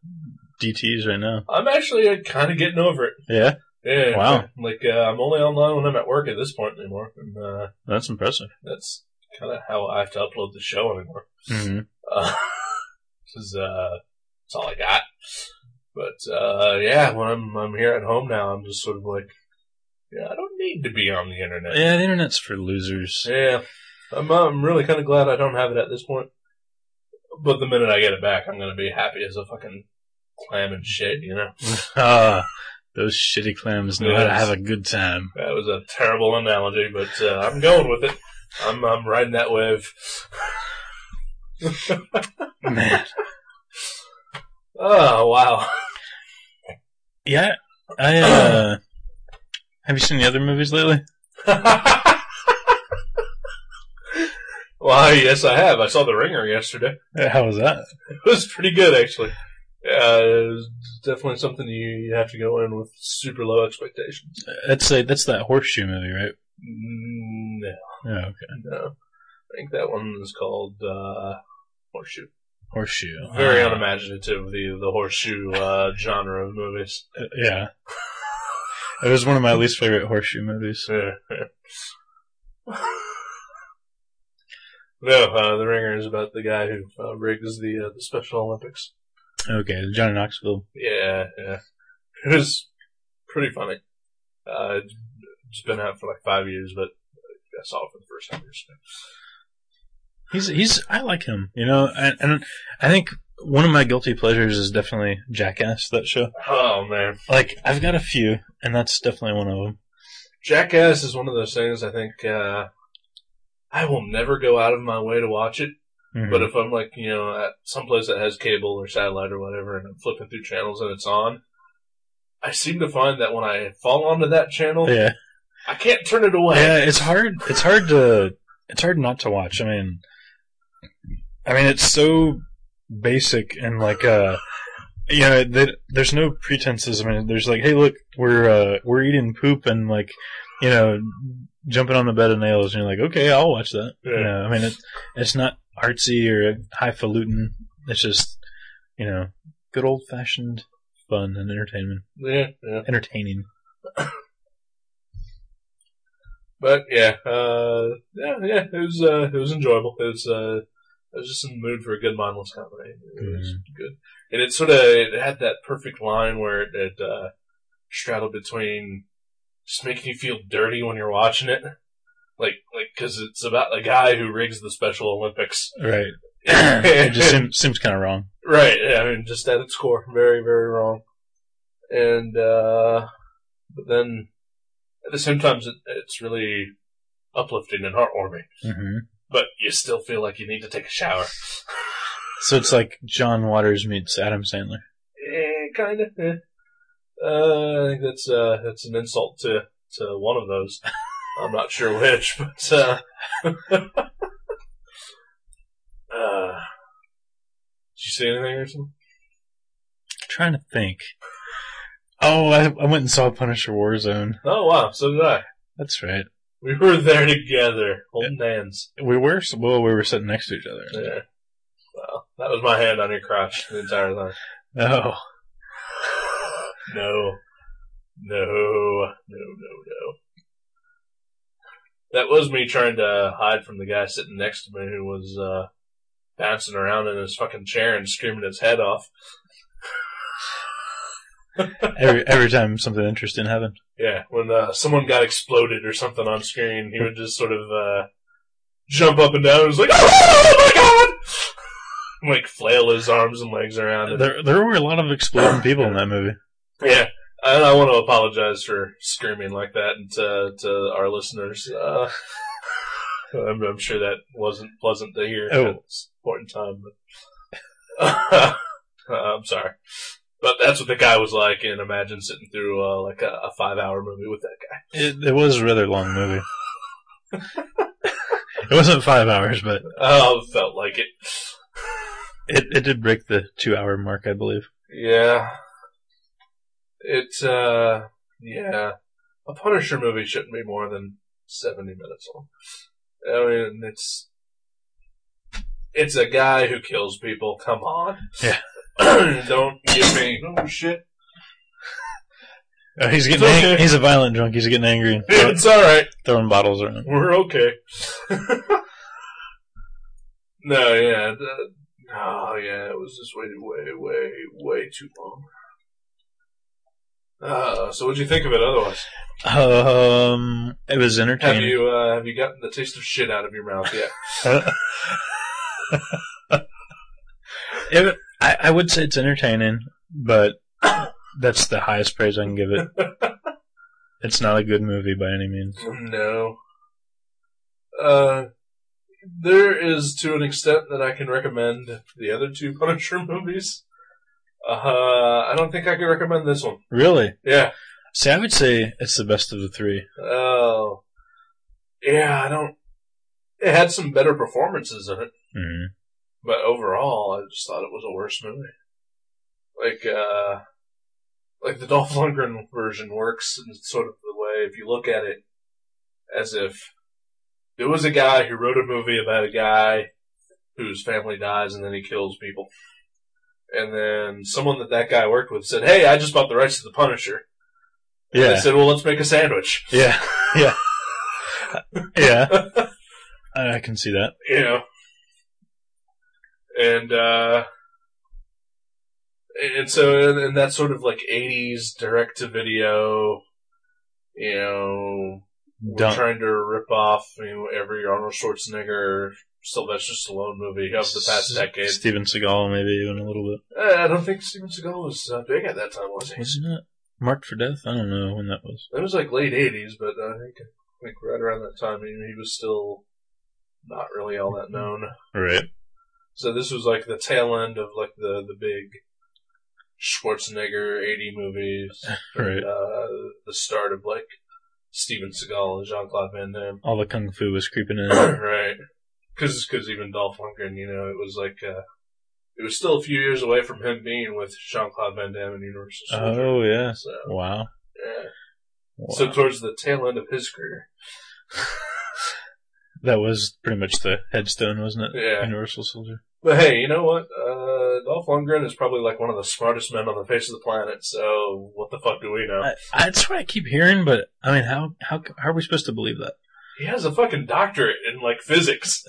Speaker 2: DTS right now.
Speaker 3: I'm actually uh, kind of getting over it.
Speaker 2: Yeah,
Speaker 3: Yeah.
Speaker 2: Wow.
Speaker 3: Like, uh, I'm only online when I'm at work at this point anymore. And, uh,
Speaker 2: that's impressive.
Speaker 3: that's kind of how I have to upload the show anymore.
Speaker 2: hmm
Speaker 3: Uh, this is, uh, that's all I got. But, uh, yeah, when I'm, I'm here at home now, I'm just sort of like, yeah, I don't need to be on the internet.
Speaker 2: Yeah, the internet's for losers.
Speaker 3: Yeah. I'm, I'm really kind of glad I don't have it at this point. But the minute I get it back, I'm going to be happy as a fucking clam and shit, you know?
Speaker 2: ah, those shitty clams know how to
Speaker 3: Yes.
Speaker 2: have a good time.
Speaker 3: That was a terrible analogy, but uh, I'm going with it. I'm, I'm riding that wave.
Speaker 2: Man,
Speaker 3: Oh, wow.
Speaker 2: yeah. I uh, have you seen the other movies lately?
Speaker 3: wow, yes, I have. I saw The Ringer yesterday.
Speaker 2: How was that?
Speaker 3: It was pretty good, actually. Uh, it was definitely something you, you have to go in with super low expectations.
Speaker 2: That's a, that's that horseshoe movie, right?
Speaker 3: Mm, No.
Speaker 2: Yeah, okay.
Speaker 3: No. I think that one is called uh, Horseshoe.
Speaker 2: Horseshoe.
Speaker 3: Very
Speaker 2: Uh,
Speaker 3: unimaginative, the, the horseshoe uh, genre of movies.
Speaker 2: Yeah. It was one of my least favorite horseshoe movies.
Speaker 3: Yeah. no, uh, The Ringer is about the guy who uh, rigs the, uh, the Special Olympics.
Speaker 2: Okay, Johnny Knoxville.
Speaker 3: Yeah, yeah. It was pretty funny. Uh, it's been out for like five years, but I saw it for the first time yesterday.
Speaker 2: He's he's I like him, you know, and, and I think one of my guilty pleasures is definitely Jackass. That show,
Speaker 3: Oh, man.
Speaker 2: like I've got a few, and that's definitely one of them.
Speaker 3: Jackass is one of those things I think uh, I will never go out of my way to watch it.
Speaker 2: Mhm.
Speaker 3: But if I'm like, you know, at someplace that has cable or satellite or whatever and I'm flipping through channels and it's on, I seem to find that when I fall onto that channel,
Speaker 2: Mm-hmm. yeah,
Speaker 3: I can't turn it away.
Speaker 2: yeah, it's hard. It's hard to. It's hard not to watch. I mean, I mean, it's so basic and like, uh, you know, that there's no pretenses. I mean, there's like, hey, look, we're uh, we're eating poop and like, you know, jumping on the bed of nails, and you're like, okay, I'll watch that. You
Speaker 3: Yeah.
Speaker 2: know, I mean, it, it's not artsy or highfalutin. It's just, you know, good old fashioned fun and entertainment,
Speaker 3: Yeah, yeah.
Speaker 2: entertaining.
Speaker 3: But yeah, uh, yeah, yeah. It was uh, it was enjoyable. It was uh, I was just in the mood for a good mindless comedy. It was good, and it sort of it had that perfect line where it, it uh, straddled between just making you feel dirty when you're watching it, like like because it's about a guy who rigs the Special Olympics,
Speaker 2: Right. it just seems, seems kind of wrong.
Speaker 3: Right. yeah, I mean, just at its core, very, very wrong. And, uh, but then at the same time, it, it's really uplifting and heartwarming.
Speaker 2: hmm
Speaker 3: But you still feel like you need to take a shower.
Speaker 2: So it's like John Waters meets Adam Sandler.
Speaker 3: Eh, kinda. eh. Uh, I think that's, uh, that's an insult to, to one of those. I'm not sure which, but, uh, uh, did you see anything or something?
Speaker 2: trying to think. Oh, I, I went and saw Punisher Warzone.
Speaker 3: Oh, wow, so did I.
Speaker 2: That's right.
Speaker 3: We were there together, holding hands.
Speaker 2: We were well, we were sitting next to each other.
Speaker 3: Yeah. Well, that was my hand on your crotch the entire time.
Speaker 2: Oh,
Speaker 3: No. No. No, no, no. That was me trying to hide from the guy sitting next to me who was, uh, bouncing around in his fucking chair and screaming his head off.
Speaker 2: every every time something interesting happened.
Speaker 3: Yeah, when, uh, someone got exploded or something on screen, he would just sort of, uh, jump up oh and down and was like, oh my god! like flail his arms and legs around. And,
Speaker 2: There, there were a lot of exploding people in that movie.
Speaker 3: yeah, and I want to apologize for screaming like that and to to our listeners. Uh, I'm, I'm sure that wasn't pleasant to hear
Speaker 2: Oh.
Speaker 3: at this point in time. But I'm sorry, but that's what the guy was like. And imagine sitting through uh, like a, a five hour movie with that guy.
Speaker 2: It, it was a rather long movie. it wasn't five hours, but
Speaker 3: Oh, felt like it.
Speaker 2: it, it did break the two hour mark, I believe.
Speaker 3: Yeah. It's, uh, yeah. A Punisher movie shouldn't be more than 70 minutes long. I mean, it's, it's a guy who kills people. Come on.
Speaker 2: Yeah.
Speaker 3: Don't give me, oh shit.
Speaker 2: Oh, he's getting
Speaker 3: It's okay.
Speaker 2: ang- he's a violent drunk. He's getting angry and throw-
Speaker 3: It's alright.
Speaker 2: throwing bottles around.
Speaker 3: We're okay. no, yeah. The, oh, yeah. It was just way, way, way, way too long. Uh, so what'd you think of it otherwise?
Speaker 2: Um, it was entertaining.
Speaker 3: Have you uh, have you gotten the taste of shit out of your mouth yet?
Speaker 2: It, I, I would say it's entertaining, but that's the highest praise I can give it. It's not a good movie by any means.
Speaker 3: Oh, no. Uh, there is to an extent that I can recommend the other two Punisher movies. Uh, I don't think I can recommend this one.
Speaker 2: Really?
Speaker 3: Yeah.
Speaker 2: See, I would say it's the best of the three.
Speaker 3: Oh. yeah. I don't. It had some better performances in it,
Speaker 2: Mm.
Speaker 3: but overall, I just thought it was a worse movie. Like, uh, like the Dolph Lundgren version works in sort of the way if you look at it as if it was a guy who wrote a movie about a guy whose family dies and then he kills people. And then someone that that guy worked with said, "Hey, I just bought the rights to the Punisher." And they
Speaker 2: Yeah,
Speaker 3: said, "Well, let's make a sandwich."
Speaker 2: yeah, yeah, yeah. I I can see that.
Speaker 3: you know. And uh and so and, and that sort of like 80s direct to video you know we're
Speaker 2: Dumb.
Speaker 3: trying to rip off you know every Arnold Schwarzenegger Sylvester Stallone movie of the past
Speaker 2: S-
Speaker 3: decade.
Speaker 2: Steven Seagal, maybe even a little bit.
Speaker 3: Uh, I don't think Steven Seagal was uh, big at that time, was he?
Speaker 2: Wasn't it marked for death? I don't know when that was.
Speaker 3: It was like late 80s, but uh, I think I think right around that time he, he was still not really all that known.
Speaker 2: Right.
Speaker 3: So this was like the tail end of like the the big Schwarzenegger eighty movies,
Speaker 2: Right.
Speaker 3: and, uh, the start of like Steven Seagal and Jean Claude Van Damme,
Speaker 2: All the kung fu was creeping in.
Speaker 3: right? Because even Dolph Lundgren, you know, it was like uh, it was still a few years away from him being with Jean Claude Van Damme and Universal Soldier.
Speaker 2: oh yeah.
Speaker 3: So,
Speaker 2: Wow.
Speaker 3: yeah.
Speaker 2: Wow.
Speaker 3: so towards the tail end of his career,
Speaker 2: that was pretty much the headstone, wasn't it?
Speaker 3: yeah.
Speaker 2: Universal Soldier.
Speaker 3: But hey, you know what? Uh, Dolph Lundgren is probably like one of the smartest men on the face of the planet. So what the fuck do we know?
Speaker 2: I, I, that's what I keep hearing, but I mean, how how how are we supposed to believe that?
Speaker 3: He has a fucking doctorate in like physics.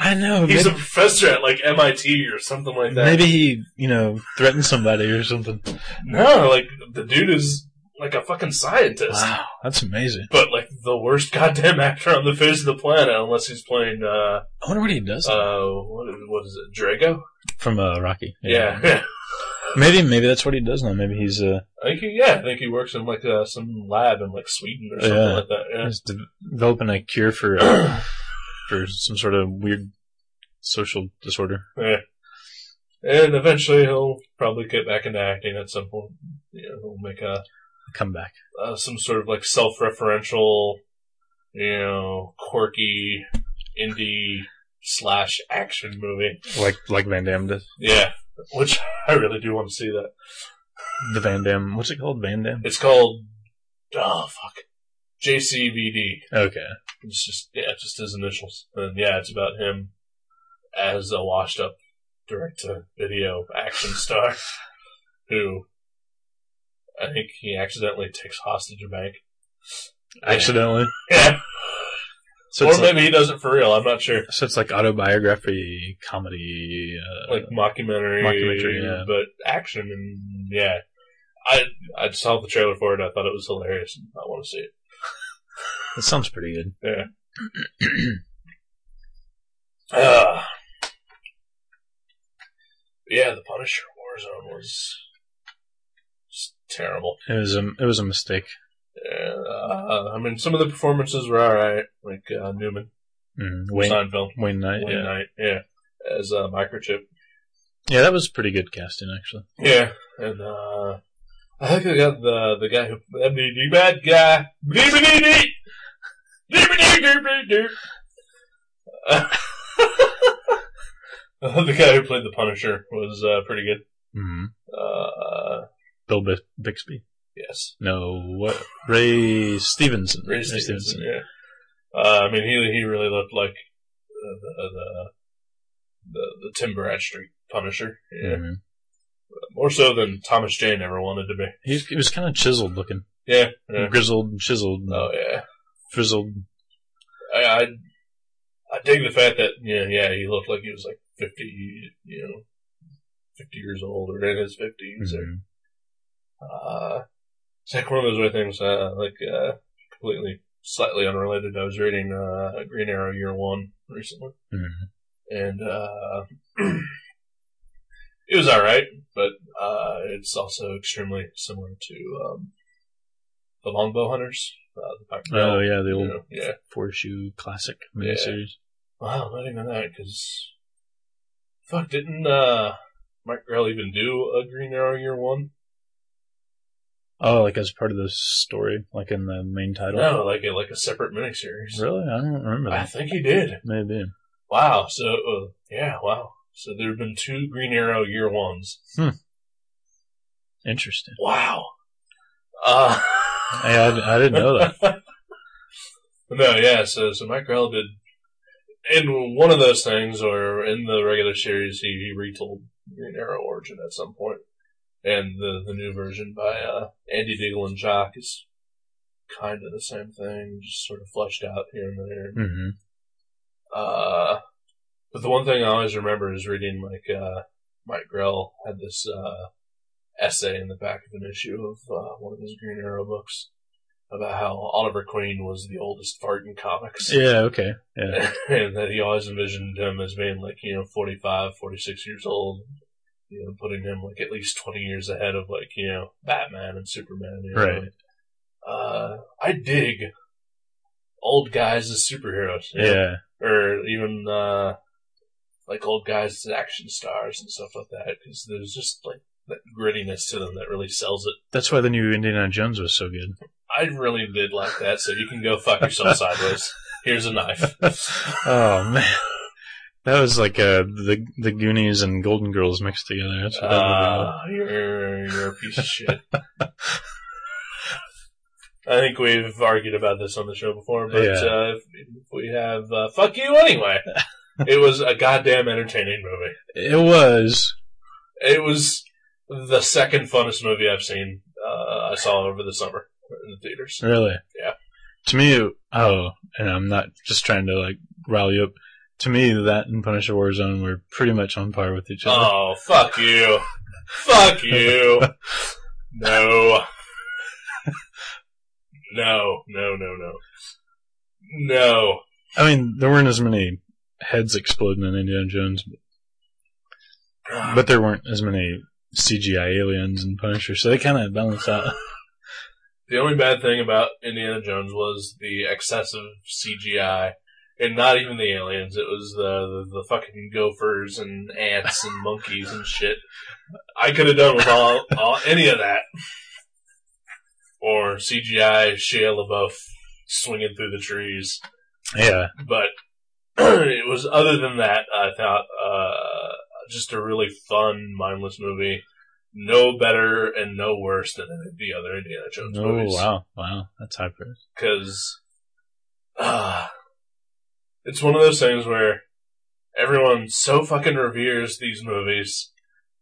Speaker 2: I know.
Speaker 3: He's a
Speaker 2: maybe,
Speaker 3: professor at like MIT or something like that.
Speaker 2: maybe he, you know, threatened somebody or something.
Speaker 3: No, like the dude is like a fucking scientist.
Speaker 2: Wow, that's amazing.
Speaker 3: But like the worst goddamn actor on the face of the planet, unless he's playing uh
Speaker 2: I wonder what he does
Speaker 3: uh what is, what is it, Drago?
Speaker 2: from uh, Rocky.
Speaker 3: Yeah.
Speaker 2: Maybe maybe that's what he does now. Maybe he's uh,
Speaker 3: I think he, yeah, I think he works in like uh, some lab in like Sweden or something
Speaker 2: Yeah.
Speaker 3: like that. Yeah.
Speaker 2: he's de- developing a cure for uh, for some sort of weird social disorder.
Speaker 3: And eventually he'll probably get back into acting at some point. Yeah, he'll make a
Speaker 2: Come back.
Speaker 3: uh, some sort of like self-referential, you know, quirky indie slash action movie.
Speaker 2: Like like Van Damme does.
Speaker 3: Yeah, which I really do want to see that.
Speaker 2: The Van Damme. What's it called? Van Damme.
Speaker 3: It's called oh fuck, JCVD.
Speaker 2: Okay.
Speaker 3: It's just yeah, it's just his initials, and yeah, it's about him as a washed-up direct-to-video action star who I think he accidentally takes hostage a bank.
Speaker 2: Accidentally.
Speaker 3: Yeah.
Speaker 2: So
Speaker 3: or
Speaker 2: it's, like,
Speaker 3: maybe he does it for real. I'm not sure.
Speaker 2: so it's like autobiography comedy. Uh,
Speaker 3: like mockumentary,
Speaker 2: Mockumentary, yeah.
Speaker 3: but action and yeah. I I saw the trailer for it. I thought it was hilarious. and I want to see it.
Speaker 2: it sounds pretty good. Uh.
Speaker 3: Ah. yeah, the Punisher Warzone was, was terrible.
Speaker 2: It was a it was a mistake.
Speaker 3: Yeah, uh, I mean, some of the performances were all right, like uh, Newman,
Speaker 2: Mm, Wayne
Speaker 3: Seinfeld,
Speaker 2: Wayne Knight.
Speaker 3: Wayne
Speaker 2: yeah.
Speaker 3: Knight, yeah, as uh, Microchip.
Speaker 2: yeah, that was pretty good casting actually.
Speaker 3: Yeah, and uh, I think they got the the guy who the bad guy. Bleepity-dee! Bleepity-doo-doo-doo. Uh, the guy who played the Punisher was uh, pretty good.
Speaker 2: hmm
Speaker 3: Uh,
Speaker 2: Bill B- Bixby.
Speaker 3: yes,
Speaker 2: No, what? Ray Stevenson.
Speaker 3: Ray Stevenson. Yeah, uh, I mean he he really looked like uh, the the the, the Tim Bradstreet Punisher. Yeah,
Speaker 2: Mhm.
Speaker 3: more so than Thomas Jane ever wanted to be.
Speaker 2: He, he was kind of chiseled looking,
Speaker 3: Yeah. yeah.
Speaker 2: grizzled and chiseled, and
Speaker 3: Oh yeah.
Speaker 2: frizzled.
Speaker 3: I, I I dig the fact that yeah yeah he looked like he was like fifty you know fifty years old or in his 50s or
Speaker 2: Mhm.
Speaker 3: uh it's like one of those weird things uh like uh completely slightly unrelated I was reading uh Green Arrow Year One recently
Speaker 2: Mhm.
Speaker 3: and uh it was all right but uh it's also extremely similar to um the Longbow Hunters uh, the Pac-
Speaker 2: Oh yeah, the old
Speaker 3: yeah
Speaker 2: four shoe classic
Speaker 3: Yeah.
Speaker 2: miniseries.
Speaker 3: Wow, not even that, because fuck, didn't uh Mike Grell even do a Green Arrow Year One?
Speaker 2: Oh, like as part of the story, like in the main title.
Speaker 3: No, like a, like a separate miniseries.
Speaker 2: Really, I don't remember
Speaker 3: I
Speaker 2: that.
Speaker 3: think he did.
Speaker 2: Maybe.
Speaker 3: Wow. So uh, yeah, wow. So there have been two Green Arrow Year Ones.
Speaker 2: Hmm. Interesting.
Speaker 3: Wow. Uh,
Speaker 2: Hey, I, I didn't know that.
Speaker 3: no, yeah. So so Mike Grell did in one of those things, or in the regular series, he, he retold Green Arrow Origin at some point, and the the new version by uh, Andy Diggle and Jock is kind of the same thing, just sort of fleshed out here and there.
Speaker 2: hmm
Speaker 3: Uh, but the one thing I always remember is reading like uh, Mike Grell had this uh, essay in the back of an issue of uh, one of his Green Arrow books about how Oliver Queen was the oldest fart in comics.
Speaker 2: Yeah. Okay. Yeah.
Speaker 3: and that he always envisioned him as being like, you know, 45, 46 years old, you know, putting him like at least 20 years ahead of like, you know, Batman and Superman. You know?
Speaker 2: Right.
Speaker 3: Uh, I dig old guys as superheroes. you know?
Speaker 2: Yeah.
Speaker 3: or even uh, like old guys as action stars and stuff like that, because there's just like that grittiness to them that really sells it.
Speaker 2: That's why the new Indiana Jones was so good.
Speaker 3: I really did like that, so you can go fuck yourself sideways. Here's a knife.
Speaker 2: oh man, that was like uh, the the Goonies and Golden Girls mixed together. That's what that movie was.
Speaker 3: Uh, you're, you're a piece of shit. I think we've argued about this on the show before, but
Speaker 2: Yeah.
Speaker 3: uh, if if we have uh, fuck you anyway. it was a goddamn entertaining movie.
Speaker 2: It was.
Speaker 3: It was the second funnest movie I've seen. Uh, I saw it over the summer in the theaters.
Speaker 2: Really?
Speaker 3: Yeah.
Speaker 2: To me, it- oh, and I'm not just trying to like rile you up. To me, that and Punisher Warzone were pretty much on par with each other.
Speaker 3: Oh, fuck you. fuck you. No. No, no, no, no. No.
Speaker 2: I mean, there weren't as many heads exploding in Indiana Jones, but there weren't as many CGI aliens in Punisher, so they kind of balanced out.
Speaker 3: The only bad thing about Indiana Jones was the excessive CGI. And not even the aliens, it was the, the, the fucking gophers and ants and monkeys and shit. I could have done with all, all any of that. Or CGI Shia LaBeouf swinging through the trees.
Speaker 2: Yeah.
Speaker 3: But it was, other than that, I thought, uh, just a really fun, mindless movie. No better and no worse than the other Indiana Jones
Speaker 2: Oh
Speaker 3: movies
Speaker 2: wow, wow, that's high praise.
Speaker 3: because uh, it's one of those things where everyone so fucking reveres these movies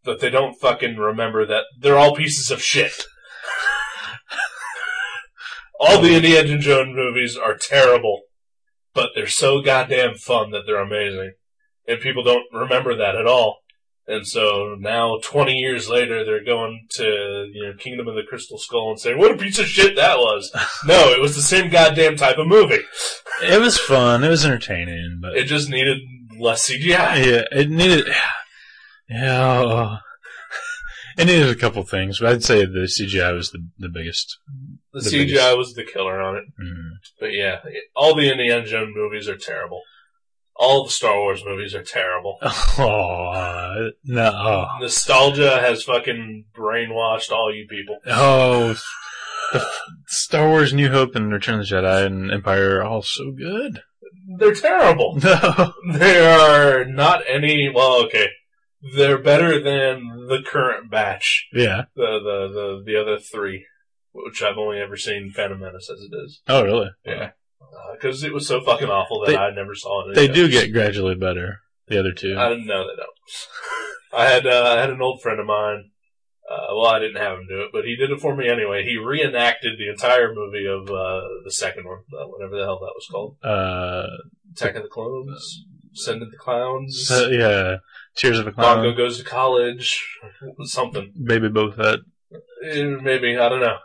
Speaker 3: that they don't fucking remember that they're all pieces of shit. all the Indiana Jones movies are terrible, but they're so goddamn fun that they're amazing, and people don't remember that at all. And so now, twenty years later, they're going to you know Kingdom of the Crystal Skull and saying, "What a piece of shit that was." No, it was the same goddamn type of movie.
Speaker 2: It was fun. It was entertaining, but
Speaker 3: It just needed less CGI.
Speaker 2: yeah, it needed. Yeah. and it is a couple things, but I'd say the CGI was the, the biggest.
Speaker 3: The,
Speaker 2: The
Speaker 3: CGI
Speaker 2: biggest.
Speaker 3: was the killer on it.
Speaker 2: Mm.
Speaker 3: But yeah, it- all the Indiana Jones movies are terrible. All the Star Wars movies are terrible.
Speaker 2: Oh, no. Oh.
Speaker 3: Nostalgia has fucking brainwashed all you people.
Speaker 2: Oh, the f- Star Wars: New Hope and Return of the Jedi and Empire are all so good.
Speaker 3: They're terrible.
Speaker 2: No,
Speaker 3: They are not any. Well, okay, they're better than the current batch.
Speaker 2: yeah.
Speaker 3: The the the, the other three, which I've only ever seen Phantom Menace as it is.
Speaker 2: Oh, really?
Speaker 3: because it was so fucking awful that
Speaker 2: They-
Speaker 3: I never saw it.
Speaker 2: They do get gradually better. The other two.
Speaker 3: I didn't know they don't. I had uh, I had an old friend of mine. Uh, well, I didn't have him do it, but he did it for me anyway. He reenacted the entire movie of uh, the second one, uh, whatever the hell that was called,
Speaker 2: Uh,
Speaker 3: Attack of the Clones, Send of the Clowns,
Speaker 2: so, yeah. Tears of a Clown,
Speaker 3: Bongo goes to college, something.
Speaker 2: Baby Boba Fett.
Speaker 3: Eh, Maybe, I don't know.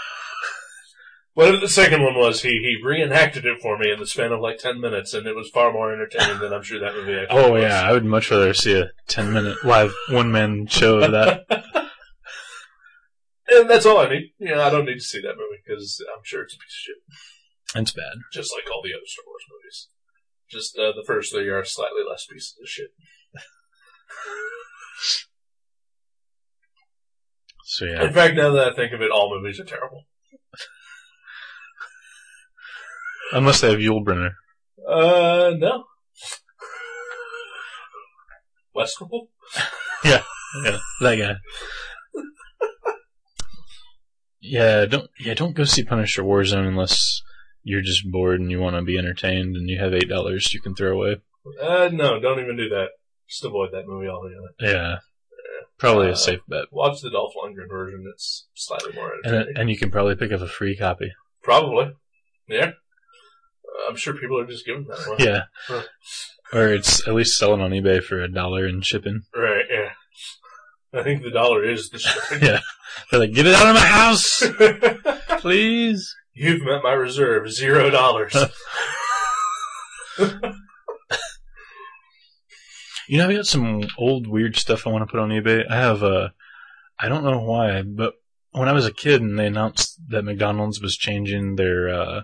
Speaker 3: Whatever the second one was, he, he reenacted it for me in the span of like 10 minutes, and it was far more entertaining than I'm sure that movie actually
Speaker 2: Oh
Speaker 3: was.
Speaker 2: yeah, I would much rather see a ten minute live one man show of that.
Speaker 3: And that's all I need. You know, I don't need to see that movie, because I'm sure it's a piece of shit,
Speaker 2: It's bad.
Speaker 3: just like all the other Star Wars movies. Just uh, the first three are slightly less pieces of shit.
Speaker 2: So yeah,
Speaker 3: In fact, now that I think of it, all movies are terrible.
Speaker 2: unless they have Yul Brynner.
Speaker 3: Uh, no. Westworld?
Speaker 2: Yeah, that guy. yeah, don't yeah, don't go see Punisher Warzone unless you're just bored and you want to be entertained and you have eight dollars you can throw away.
Speaker 3: Uh, no, don't even do that. Just avoid that movie altogether.
Speaker 2: Yeah, probably
Speaker 3: Uh,
Speaker 2: a safe bet.
Speaker 3: Watch the Dolph Lundgren version. It's slightly more
Speaker 2: And uh,
Speaker 3: entertaining.
Speaker 2: and you can probably pick up a free copy.
Speaker 3: Probably. Yeah. Uh, I'm sure people are just giving that one.
Speaker 2: Yeah,
Speaker 3: Huh.
Speaker 2: or it's at least selling on eBay for a dollar and shipping.
Speaker 3: Right, yeah. I think the dollar is the shipping.
Speaker 2: They're like, get it out of my house, please.
Speaker 3: You've met my reserve. Zero dollars.
Speaker 2: You know, I got some old weird stuff I want to put on eBay. I have uh, I don't know why, but when I was a kid and they announced that McDonald's was changing their uh,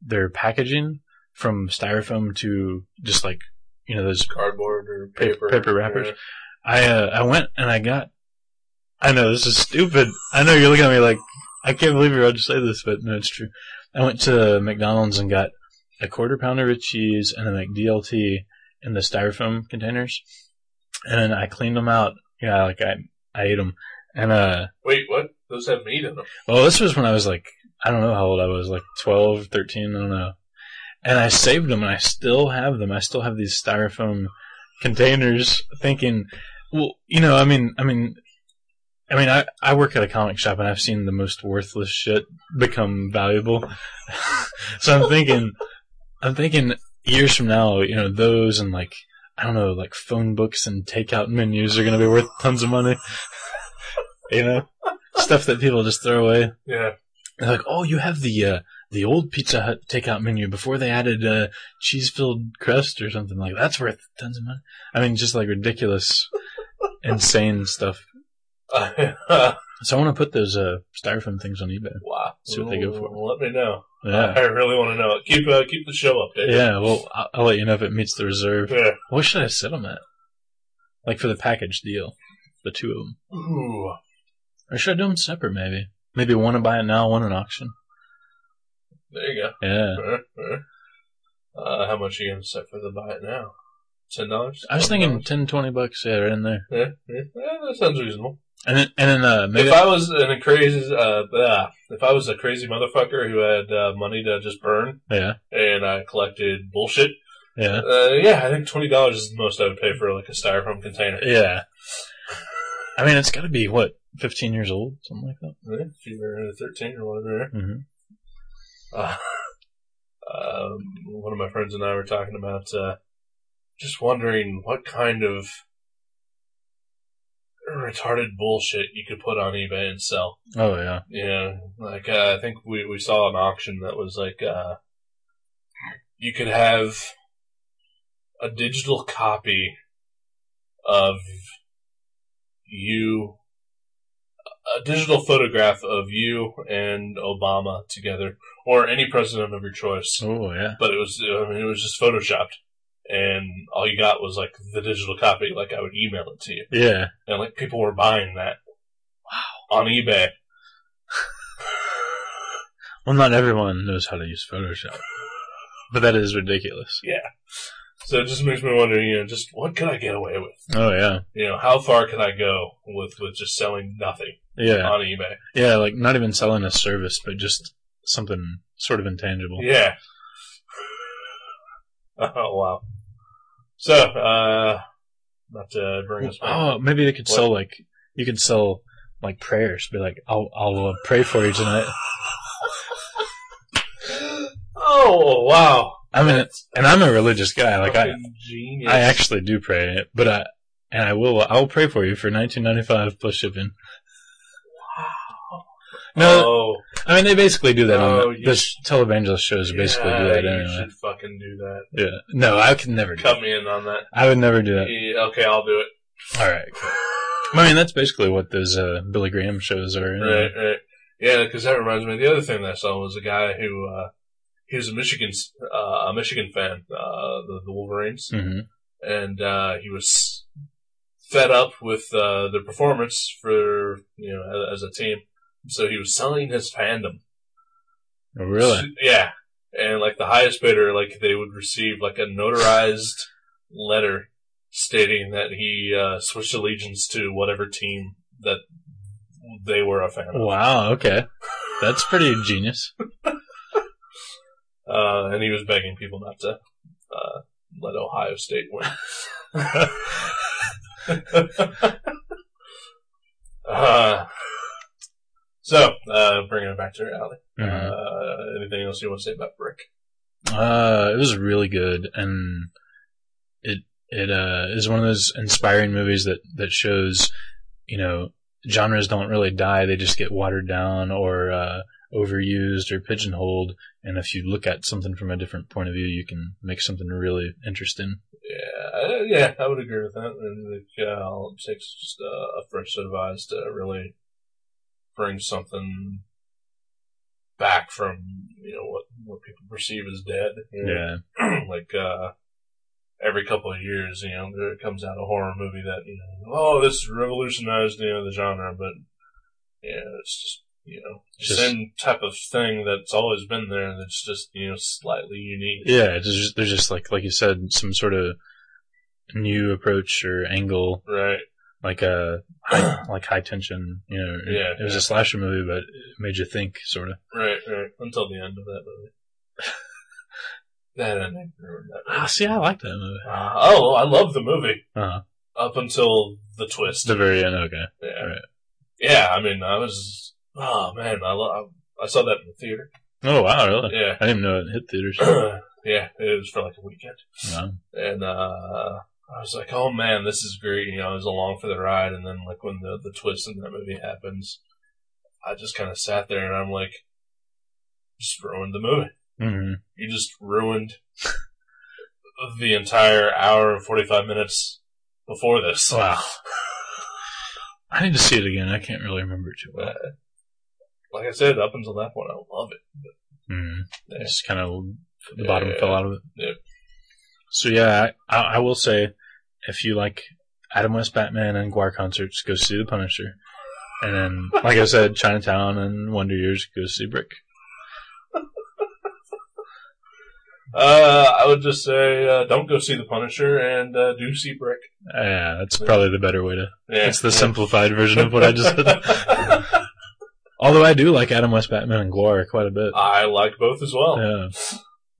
Speaker 2: their packaging from styrofoam to just like you know those,
Speaker 3: Cardboard or
Speaker 2: Pa-
Speaker 3: paper.
Speaker 2: paper wrappers. I uh, I went and I got. I know this is stupid. I know you're looking at me like I can't believe you're about to say this, but no, it's true. I went to McDonald's and got a quarter pounder with cheese and a McDLT in the styrofoam containers, and then I cleaned them out. Yeah, like I I ate them, and uh,
Speaker 3: Wait, what? Those have meat in them.
Speaker 2: well, this was when I was like I don't know how old I was, like 12, 13, I don't know. And I saved them, and I still have them. I still have these styrofoam containers. Thinking, well, you know, I mean, I mean. I mean, I, I work at a comic shop and I've seen the most worthless shit become valuable. so I'm thinking, I'm thinking years from now, you know, those and like, I don't know, like phone books and takeout menus are going to be worth tons of money. you know, stuff that people just throw away.
Speaker 3: Yeah.
Speaker 2: They're like, oh, you have the uh, the old Pizza Hut takeout menu before they added uh, cheese filled crust or something like that's worth tons of money. I mean, just like ridiculous, insane stuff. So I want to put those uh, styrofoam things on eBay.
Speaker 3: wow.
Speaker 2: See what they go for.
Speaker 3: Let me know. I
Speaker 2: Yeah,
Speaker 3: really want to know. Keep uh, keep the show updated.
Speaker 2: yeah. Well, I'll, I'll let you know if it meets the reserve.
Speaker 3: Yeah.
Speaker 2: What should I set them at? Like for the package deal, the two of them,
Speaker 3: Ooh.
Speaker 2: or should I do them separate? Maybe, maybe one to buy it now, one in auction.
Speaker 3: There you go.
Speaker 2: Yeah.
Speaker 3: Uh, how much are you going to set for the buy it now? Ten dollars.
Speaker 2: I was thinking 10, 20 bucks, yeah, right in there.
Speaker 3: Yeah, yeah, yeah, that sounds reasonable. and
Speaker 2: And then, and then, uh, maybe
Speaker 3: if I was in a crazy, uh, blah, if I was a crazy motherfucker who had uh, money to just burn
Speaker 2: yeah,
Speaker 3: and I collected bullshit,
Speaker 2: yeah.
Speaker 3: uh, yeah, I think twenty dollars is the most I would pay for like a styrofoam container.
Speaker 2: Yeah. I mean, it's got to be what fifteen years old, something like that.
Speaker 3: Yeah, If you were under thirteen or whatever.
Speaker 2: Mm-hmm.
Speaker 3: Uh, um, one of my friends and I were talking about uh, just wondering what kind of retarded bullshit you could put on eBay and sell.
Speaker 2: Oh yeah.
Speaker 3: Yeah, like uh, I think we we saw an auction that was like uh, you could have a digital copy of you, a digital photograph of you and Obama together, or any president of your choice.
Speaker 2: Oh yeah.
Speaker 3: But it was, I mean, it was just photoshopped, and all you got was like the digital copy. Like I would email it to you,
Speaker 2: Yeah.
Speaker 3: and like people were buying that. Wow. On eBay.
Speaker 2: Well, not everyone knows how to use Photoshop, but that is ridiculous.
Speaker 3: So it just makes me wonder, you know, just what could I get away with?
Speaker 2: Oh yeah,
Speaker 3: You know, how far can I go with, with just selling nothing
Speaker 2: yeah,
Speaker 3: on eBay?
Speaker 2: yeah. Like not even selling a service, but just something sort of intangible.
Speaker 3: Yeah. Oh, wow. So, uh, not to bring us back.
Speaker 2: Oh, maybe they could sell like you could sell like prayers. Be like, I'll I'll uh, pray for you tonight.
Speaker 3: Oh, wow.
Speaker 2: I mean, and I'm a religious guy. Like I
Speaker 3: Fucking genius.
Speaker 2: I actually do pray, but I and I will I will pray for you for 19.95 plus shipping. No,
Speaker 3: oh,
Speaker 2: I mean they basically do that
Speaker 3: Oh,
Speaker 2: on
Speaker 3: you
Speaker 2: the, this televangelist shows. Basically do
Speaker 3: yeah,
Speaker 2: that
Speaker 3: you
Speaker 2: anyway.
Speaker 3: should fucking do that.
Speaker 2: Yeah. No, I could never do. That.
Speaker 3: Cut me in on that.
Speaker 2: I would never do that.
Speaker 3: Yeah, okay, I'll do it.
Speaker 2: All right. I mean, that's basically what those uh, Billy Graham shows are. you know?
Speaker 3: Right, right. Yeah, because that reminds me. The other thing that I saw was a guy who uh, he was a Michigan uh, a Michigan fan, uh, the, the Wolverines,
Speaker 2: Mhm.
Speaker 3: and uh, he was fed up with uh, their performance for you know as, as a team. So he was selling his fandom.
Speaker 2: Oh, Really?
Speaker 3: So- yeah, and like the highest bidder, like they would receive like a notarized letter stating that he uh, switched allegiance to whatever team that they were a fan of.
Speaker 2: Wow. Okay. That's pretty genius.
Speaker 3: Uh, and he was begging people not to uh, let Ohio State win. uh, so, uh, bringing it back to reality.
Speaker 2: Mhm.
Speaker 3: Uh, anything else you want to say about Brick?
Speaker 2: Uh, it was really good, and it it uh is one of those inspiring movies that that shows, you know, genres don't really die; they just get watered down or uh, overused or pigeonholed. And if you look at something from a different point of view, you can make something really interesting.
Speaker 3: Yeah, uh, yeah, I would agree with that. And like, yeah, all it takes is just uh, a fresh set of eyes to really bring something back from you know what what people perceive as dead. you know?
Speaker 2: Yeah,
Speaker 3: like uh every couple of years, you know, there comes out a horror movie that you know, oh, this revolutionized you know the genre, but yeah, it's just you know the
Speaker 2: Just-
Speaker 3: same type of thing that's always been there that's just you know slightly unique.
Speaker 2: yeah. It's just, there's just like like you said, some sort of new approach or angle
Speaker 3: Right.
Speaker 2: like a high, like high tension. You know, it-
Speaker 3: Yeah.
Speaker 2: it was a slasher movie, but it made you think, sort of.
Speaker 3: Right, right. Until the end of that movie. that ending ruined that movie.
Speaker 2: Ah, see, I like that movie.
Speaker 3: Uh, oh, I love the movie.
Speaker 2: Uh-huh.
Speaker 3: Up until the twist.
Speaker 2: It's the very end. Okay,
Speaker 3: yeah.
Speaker 2: right.
Speaker 3: yeah, I mean, I was, oh man, I, lo- I saw that in the theater.
Speaker 2: oh wow, really?
Speaker 3: Yeah.
Speaker 2: I didn't even know it hit theaters.
Speaker 3: yeah, it was for like a weekend.
Speaker 2: wow.
Speaker 3: And uh, I was like, oh man, this is great. You know, I was along for the ride. And then, like, when the, the twist in that movie happens, I just kind of sat there and I'm like, just ruined the movie.
Speaker 2: hmm
Speaker 3: You just ruined the entire hour and 45 minutes before this.
Speaker 2: Wow. I need to see it again. I can't really remember it too well.
Speaker 3: Like I said, up until that point, I love it.
Speaker 2: Mm.
Speaker 3: Yeah.
Speaker 2: Just kind of the bottom
Speaker 3: Yeah.
Speaker 2: fell out of it.
Speaker 3: Yeah.
Speaker 2: So yeah, I, I will say, if you like Adam West Batman and Guar concerts, go see The Punisher, and then like I said, Chinatown and Wonder Years, go see Brick.
Speaker 3: Uh, I would just say, uh, don't go see The Punisher and uh, do see Brick.
Speaker 2: Yeah, that's probably the better way to.
Speaker 3: Yeah.
Speaker 2: It's the simplified version of what I just said. Although I do like Adam West Batman and Guar quite a bit.
Speaker 3: I liked both as well.
Speaker 2: Yeah,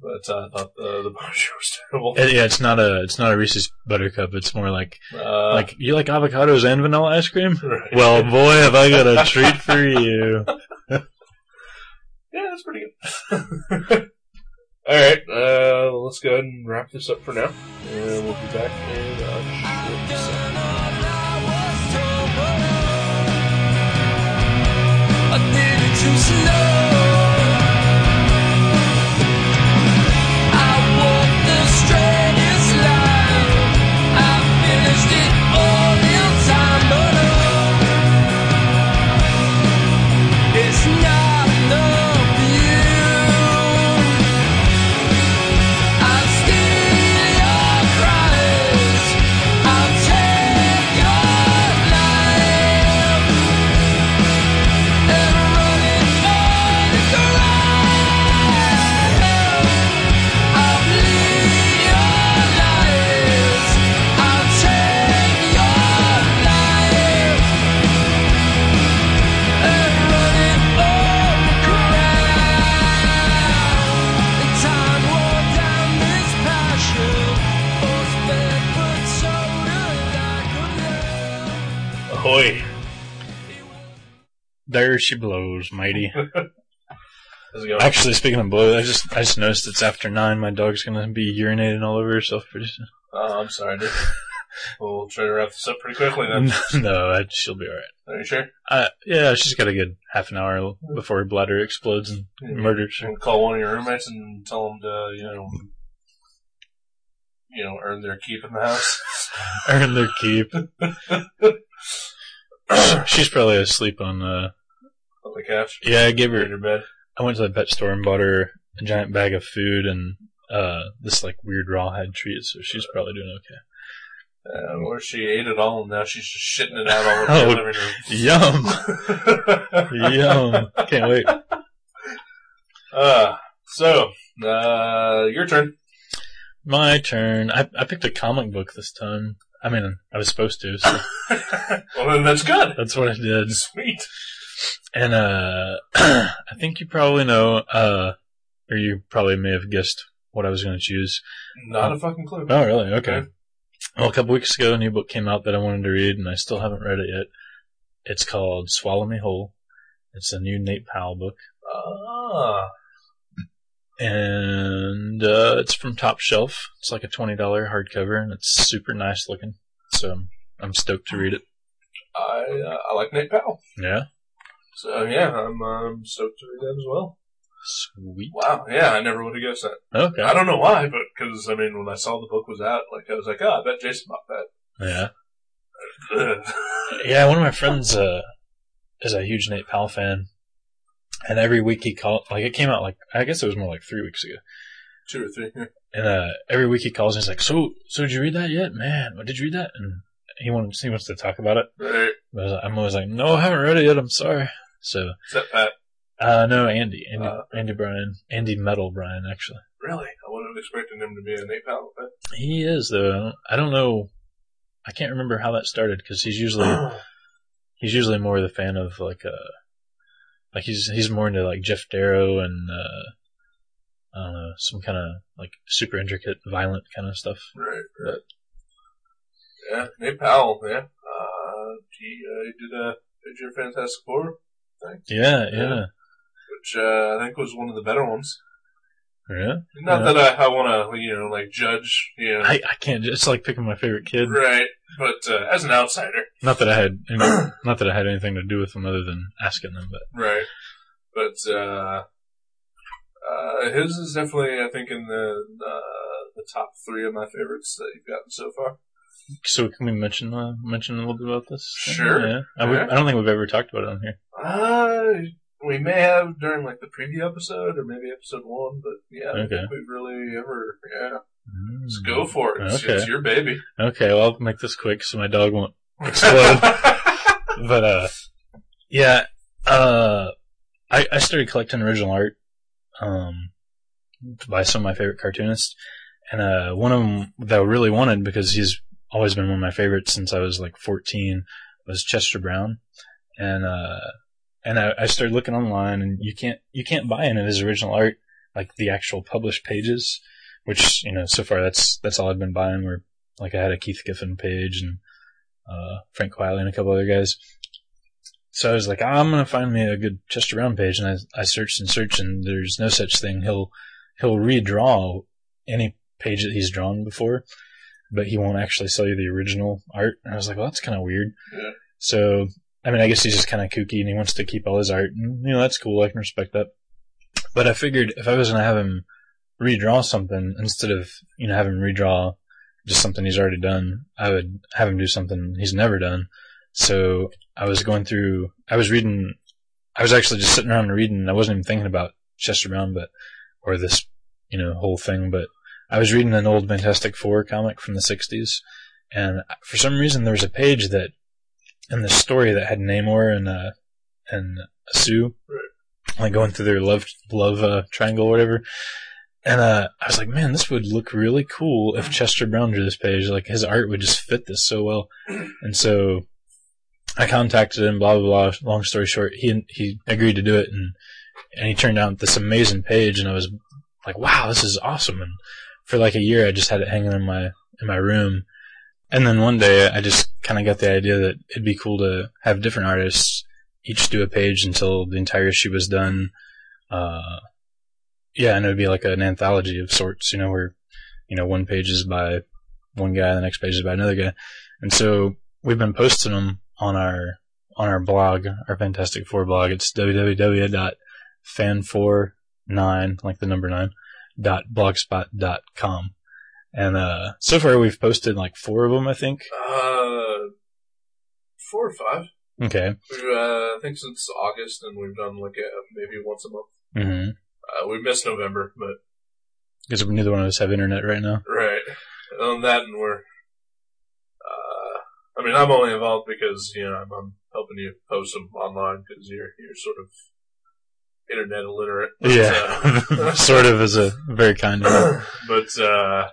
Speaker 3: But uh, I thought the, the Punisher was terrible.
Speaker 2: It- yeah. It's not a it's not a Reese's Buttercup. It's more like
Speaker 3: Uh,
Speaker 2: like you like avocados and vanilla ice cream.
Speaker 3: right.
Speaker 2: Well, boy, have I got a treat for you.
Speaker 3: yeah, that's pretty good. All right, uh, let's go ahead and wrap this up for now, and we'll be back in a short second.
Speaker 4: I didn't choose love. I walked the strangest line. I finished it all.
Speaker 2: There she blows, matey.
Speaker 3: How's it going?
Speaker 2: Actually, speaking of blow, I just I just noticed it's after nine. My dog's gonna be urinating all over herself pretty soon.
Speaker 3: oh, I'm sorry, dude. we'll try to wrap this up pretty quickly then.
Speaker 2: Mm. no, I, she'll be all right.
Speaker 3: Are you sure?
Speaker 2: Uh, yeah, she's got a good half an hour before her bladder explodes and
Speaker 3: Yeah.
Speaker 2: murders her.
Speaker 3: We'll call one of your roommates and tell them to, you know, you know, earn their keep in the house.
Speaker 2: Earn their keep. she's probably asleep on. Uh,
Speaker 3: On the couch.
Speaker 2: yeah, I gave
Speaker 3: Or in
Speaker 2: her.
Speaker 3: your bed.
Speaker 2: I went to the pet store and bought her a giant bag of food and uh, this like weird rawhide treat. So she's probably doing okay.
Speaker 3: Uh, or she ate it all and now she's just shitting it out all over the living
Speaker 2: Yum,
Speaker 3: room.
Speaker 2: Oh, yum. Can't wait.
Speaker 3: uh, so, uh, your turn.
Speaker 2: My turn. I, I picked a comic book this time. I mean, I was supposed to, so
Speaker 3: well, then that's good.
Speaker 2: that's what I did.
Speaker 3: Sweet.
Speaker 2: And uh, I think you probably know, uh, or you probably may have guessed what I was going to choose.
Speaker 3: Not a fucking clue.
Speaker 2: Oh, really? Okay.
Speaker 3: Okay.
Speaker 2: Well, Oh, a couple weeks ago, a new book came out that I wanted to read, and I still haven't read it yet. It's called "Swallow Me Whole." It's a new Nate Powell book,
Speaker 3: Ah,
Speaker 2: and uh, it's from Top Shelf. It's like a twenty dollar hardcover, and it's super nice looking. So I'm- I'm stoked to read it.
Speaker 3: I, uh, I like Nate Powell.
Speaker 2: Yeah.
Speaker 3: So, yeah, I'm um, stoked to read that as well.
Speaker 2: Sweet.
Speaker 3: Wow, yeah, I never would have guessed that.
Speaker 2: Okay.
Speaker 3: I don't know why, but because I mean, when I saw the book was out, like I was like, oh, I bet Jason bought
Speaker 2: Yeah.
Speaker 3: that.
Speaker 2: Yeah, one of my friends uh, is a huge Nate Powell fan, and every week he called. Like it came out like I guess it was more like three weeks ago,
Speaker 3: Two or three.
Speaker 2: and uh, every week he calls and he's like, "So, so did you read that yet, man? What did you read that?" And he wants he wants to talk about it.
Speaker 3: Right.
Speaker 2: But I was- I'm always like, "No, I haven't read it yet. I'm sorry." So,
Speaker 3: Except that.
Speaker 2: uh, no, Andy, Andy,
Speaker 3: Uh.
Speaker 2: Andy Bryan, Andy Metal Bryan, actually,
Speaker 3: Really, I would have expected him to be an eight pound fan.
Speaker 2: he is though. I don't, I don't know. I can't remember how that started because he's usually he's usually more the fan of like uh like he's he's more into like Jeff Darrow and uh I don't know, some kind of like super intricate, violent kind of stuff.
Speaker 3: right, right. Yeah, Nate Powell, man. Uh, he, uh, he did a did your Fantastic Four,
Speaker 2: Yeah, yeah.
Speaker 3: Yeah. which uh, I think was one of the better ones.
Speaker 2: Yeah.
Speaker 3: Not
Speaker 2: Yeah.
Speaker 3: that I, I want to, you know, like judge, you know,
Speaker 2: I, I can't it's like picking my favorite kid.
Speaker 3: right? But uh, as an outsider,
Speaker 2: Not that I had any, not that I had anything to do with them other than asking them, but
Speaker 3: Right. But uh, uh, his is definitely, I think, in the uh, the top three of my favorites that you've gotten so far.
Speaker 2: so can we mention uh, mention a little bit about this?
Speaker 3: Sure.
Speaker 2: Yeah. I, we-
Speaker 3: Yeah.
Speaker 2: I don't think we've ever talked about it on here.
Speaker 3: Uh, we may have during like the preview episode or maybe episode one, but yeah, I don't
Speaker 2: Okay.
Speaker 3: think we've really ever. Yeah, let's
Speaker 2: Mm.
Speaker 3: go for it. It's,
Speaker 2: Okay.
Speaker 3: it's your baby.
Speaker 2: Okay, well I'll make this quick so my dog won't Explode. but uh yeah uh I, I started collecting original art um by some of my favorite cartoonists and uh one of them that I really wanted because he's always been one of my favorites since I was like 14 was Chester Brown and uh and I, I started looking online and you can't you can't buy any of his original art like the actual published pages which you know so far that's that's all I've been buying where like I had a Keith Giffen page and uh, Frank Wiley and a couple other guys. So I was like, I'm gonna find me a good Chester Brown page, and I, I searched and searched, and there's no such thing. He'll he'll redraw any page that he's drawn before, but he won't actually sell you the original art. And I was like, well, that's kind of weird.
Speaker 3: Yeah.
Speaker 2: So I mean, I guess he's just kind of kooky, and he wants to keep all his art, and you know that's cool. I can respect that. But I figured if I was gonna have him redraw something instead of you know have him redraw just something he's already done. I would have him do something he's never done. So I was going through, I was reading, I was actually just sitting around and reading. and I wasn't even thinking about Chester Brown, but, or this, you know, whole thing, but I was reading an old Fantastic Four comic from the 60s. And for some reason, there was a page that, in the story that had Namor and, uh, and Sue, like going through their love, love, uh, triangle or whatever. And uh, I was like, man, this would look really cool if Chester Brown drew this page. Like his art would just fit this so well. And so I contacted him. Blah blah blah. Long story short, he he agreed to do it, and and he turned out this amazing page. And I was like, wow, this is awesome. And for like a year, I just had it hanging in my in my room. And then one day, I just kind of got the idea that it'd be cool to have different artists each do a page until the entire issue was done. Uh, yeah, and it would be like an anthology of sorts, you know, where you know one page is by one guy, the next page is by another guy, and so we've been posting them on our on our blog, our Fantastic Four blog. It's www.fan49 like the number nine dot blogspot dot com, and uh, so far we've posted like four of them, I think.
Speaker 3: Uh, four or five.
Speaker 2: Okay.
Speaker 3: We've, uh, I think since August, and we've done like a, maybe once a month.
Speaker 2: Mm-hmm.
Speaker 3: Uh, we missed November, but
Speaker 2: Because neither one of us have internet right now.
Speaker 3: Right. On that, and we're. Uh, I mean, I'm only involved because you know I'm, I'm helping you post them online because you're you're sort of internet illiterate.
Speaker 2: Yeah, sort of is a very kind of.
Speaker 3: So, but uh,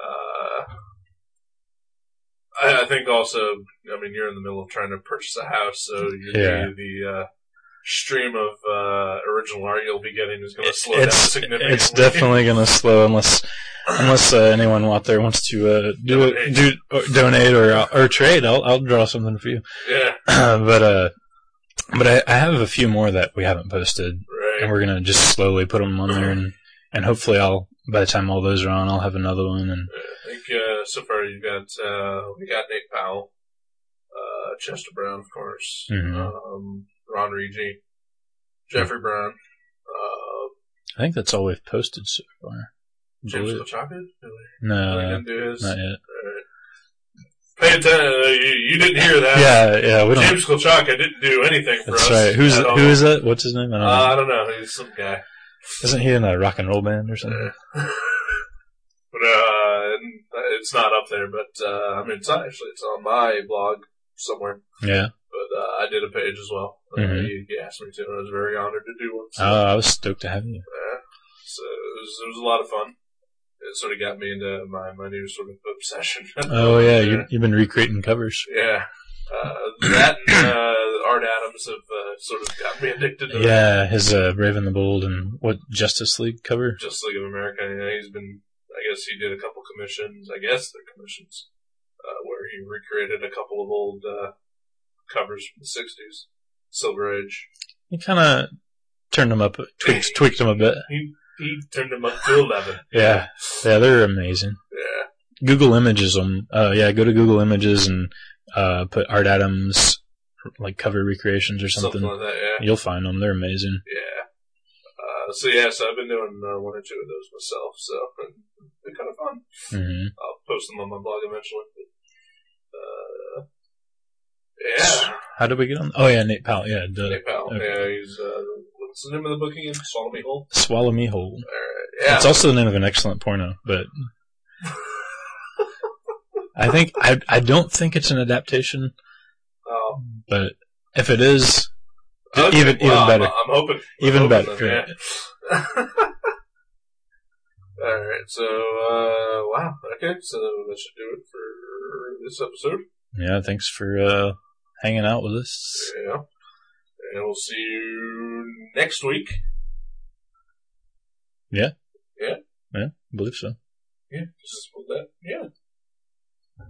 Speaker 3: uh, I, I think also, I mean, you're in the middle of trying to purchase a house, so you
Speaker 2: Yeah.
Speaker 3: the, the uh, stream of uh, original art you'll be getting is going to slow down
Speaker 2: It's
Speaker 3: significantly.
Speaker 2: it's definitely gonna slow unless unless uh, anyone out there wants to uh, do a, do or donate or or trade. I'll I'll draw something for you.
Speaker 3: yeah,
Speaker 2: but uh, but I, I have a few more that we haven't posted, and
Speaker 3: right.
Speaker 2: we're gonna just slowly put them on there, and and hopefully I'll by the time all those are on, I'll have another one. And
Speaker 3: I think uh, so far you've got uh, we got Nate Powell, uh, Chester Brown, of course,
Speaker 2: Mhm.
Speaker 3: um, Ron Rigi, Jeffrey Brown, uh,
Speaker 2: I think that's all we've posted so far.
Speaker 3: James
Speaker 2: Blue- Uh,
Speaker 3: LaChapin.
Speaker 2: No,
Speaker 3: we didn't do his.
Speaker 2: not yet.
Speaker 3: Pay attention. You, you didn't hear that.
Speaker 2: Yeah, yeah, we don't.
Speaker 3: James Kolchaka didn't do anything for us.
Speaker 2: That's right. Who's
Speaker 3: at all.
Speaker 2: who is that? What's his name? I don't
Speaker 3: Uh,
Speaker 2: know.
Speaker 3: I don't know. He's some guy.
Speaker 2: Isn't he in a rock and roll band or
Speaker 3: but
Speaker 2: something?
Speaker 3: uh, and it's not up there. But uh, I mean, it's not actually. It's on my blog somewhere.
Speaker 2: Yeah.
Speaker 3: But uh, I did a page as well. Uh,
Speaker 2: Mhm.
Speaker 3: he, he asked me to, and I was very honored to do one. So,
Speaker 2: Oh, I was stoked to have you.
Speaker 3: yeah. so it, was, it was a lot of fun. It sort of got me into my, my new sort of obsession.
Speaker 2: Oh yeah, you, you've been recreating covers.
Speaker 3: Yeah. Uh, that and uh, Art Adams have uh, sort of got me addicted to the
Speaker 2: Yeah, his uh, Brave and the Bold and what Justice League cover.
Speaker 3: Justice League of America. Yeah, he's been, I guess he did a couple commissions, I guess they're commissions, uh, where he recreated a couple of old uh, covers from the 60s. Silver Age.
Speaker 2: He kind of turned them up, tweaked tweaked them a bit.
Speaker 3: He turned them up to 11.
Speaker 2: Yeah, yeah, they're amazing.
Speaker 3: Yeah.
Speaker 2: Google Images them. Uh, yeah, go to Google Images and uh, put Art Adams like cover recreations or
Speaker 3: Something,
Speaker 2: something.
Speaker 3: like that, yeah.
Speaker 2: You'll find them. They're amazing.
Speaker 3: Yeah. Uh, so, yeah, so I've been doing uh, one or two of those myself, so they're kind of fun.
Speaker 2: hmm
Speaker 3: I'll post them on my blog eventually. But, uh, yeah,
Speaker 2: How did we get on? Oh yeah, Nate Powell. Yeah, duh.
Speaker 3: PayPal.
Speaker 2: okay.
Speaker 3: Yeah, he's uh, what's the name of the book again? Swallow Me Whole.
Speaker 2: Swallow Me Whole.
Speaker 3: All right. Yeah,
Speaker 2: It's also the name of an excellent porno, but I think I I don't think it's an adaptation,
Speaker 3: Oh,
Speaker 2: but if it is,
Speaker 3: okay,
Speaker 2: e-, even- even
Speaker 3: well, I'm-
Speaker 2: better.
Speaker 3: I'm, hoping I'm
Speaker 2: Even
Speaker 3: hoping
Speaker 2: better,
Speaker 3: then, yeah. All right, so uh, wow, okay, so that should do it for this episode.
Speaker 2: yeah, thanks for uh, hanging out with us.
Speaker 3: Yeah, and we'll see you next week.
Speaker 2: I believe so.
Speaker 3: Yeah, just with that. Yeah,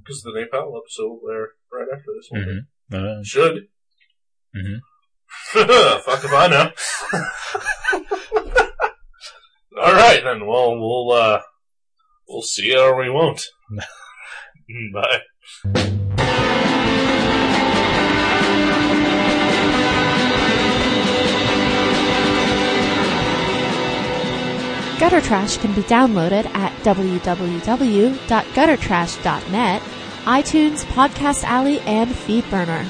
Speaker 3: because the Nepal episode there right after this one.
Speaker 2: Mm-hmm. Uh,
Speaker 3: Should.
Speaker 2: Mhm.
Speaker 3: Fuck if I know. All right then. Well, we'll uh, we'll see or we won't. Bye.
Speaker 5: Gutter Trash can be downloaded at www.guttertrash.net, iTunes, Podcast Alley, and FeedBurner.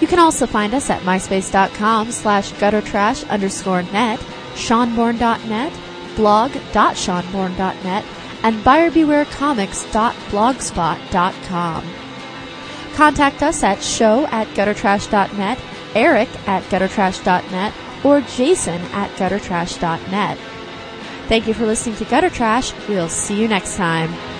Speaker 5: You can also find us at myspace.com slash guttertrash underscore net, seanborn.net, blog.seanborn.net, and buyerbewarecomics.blogspot.com. Contact us at show at guttertrash.net, eric at guttertrash.net, or jason at guttertrash.net. Thank you for listening to Gutter Trash. We'll see you next time.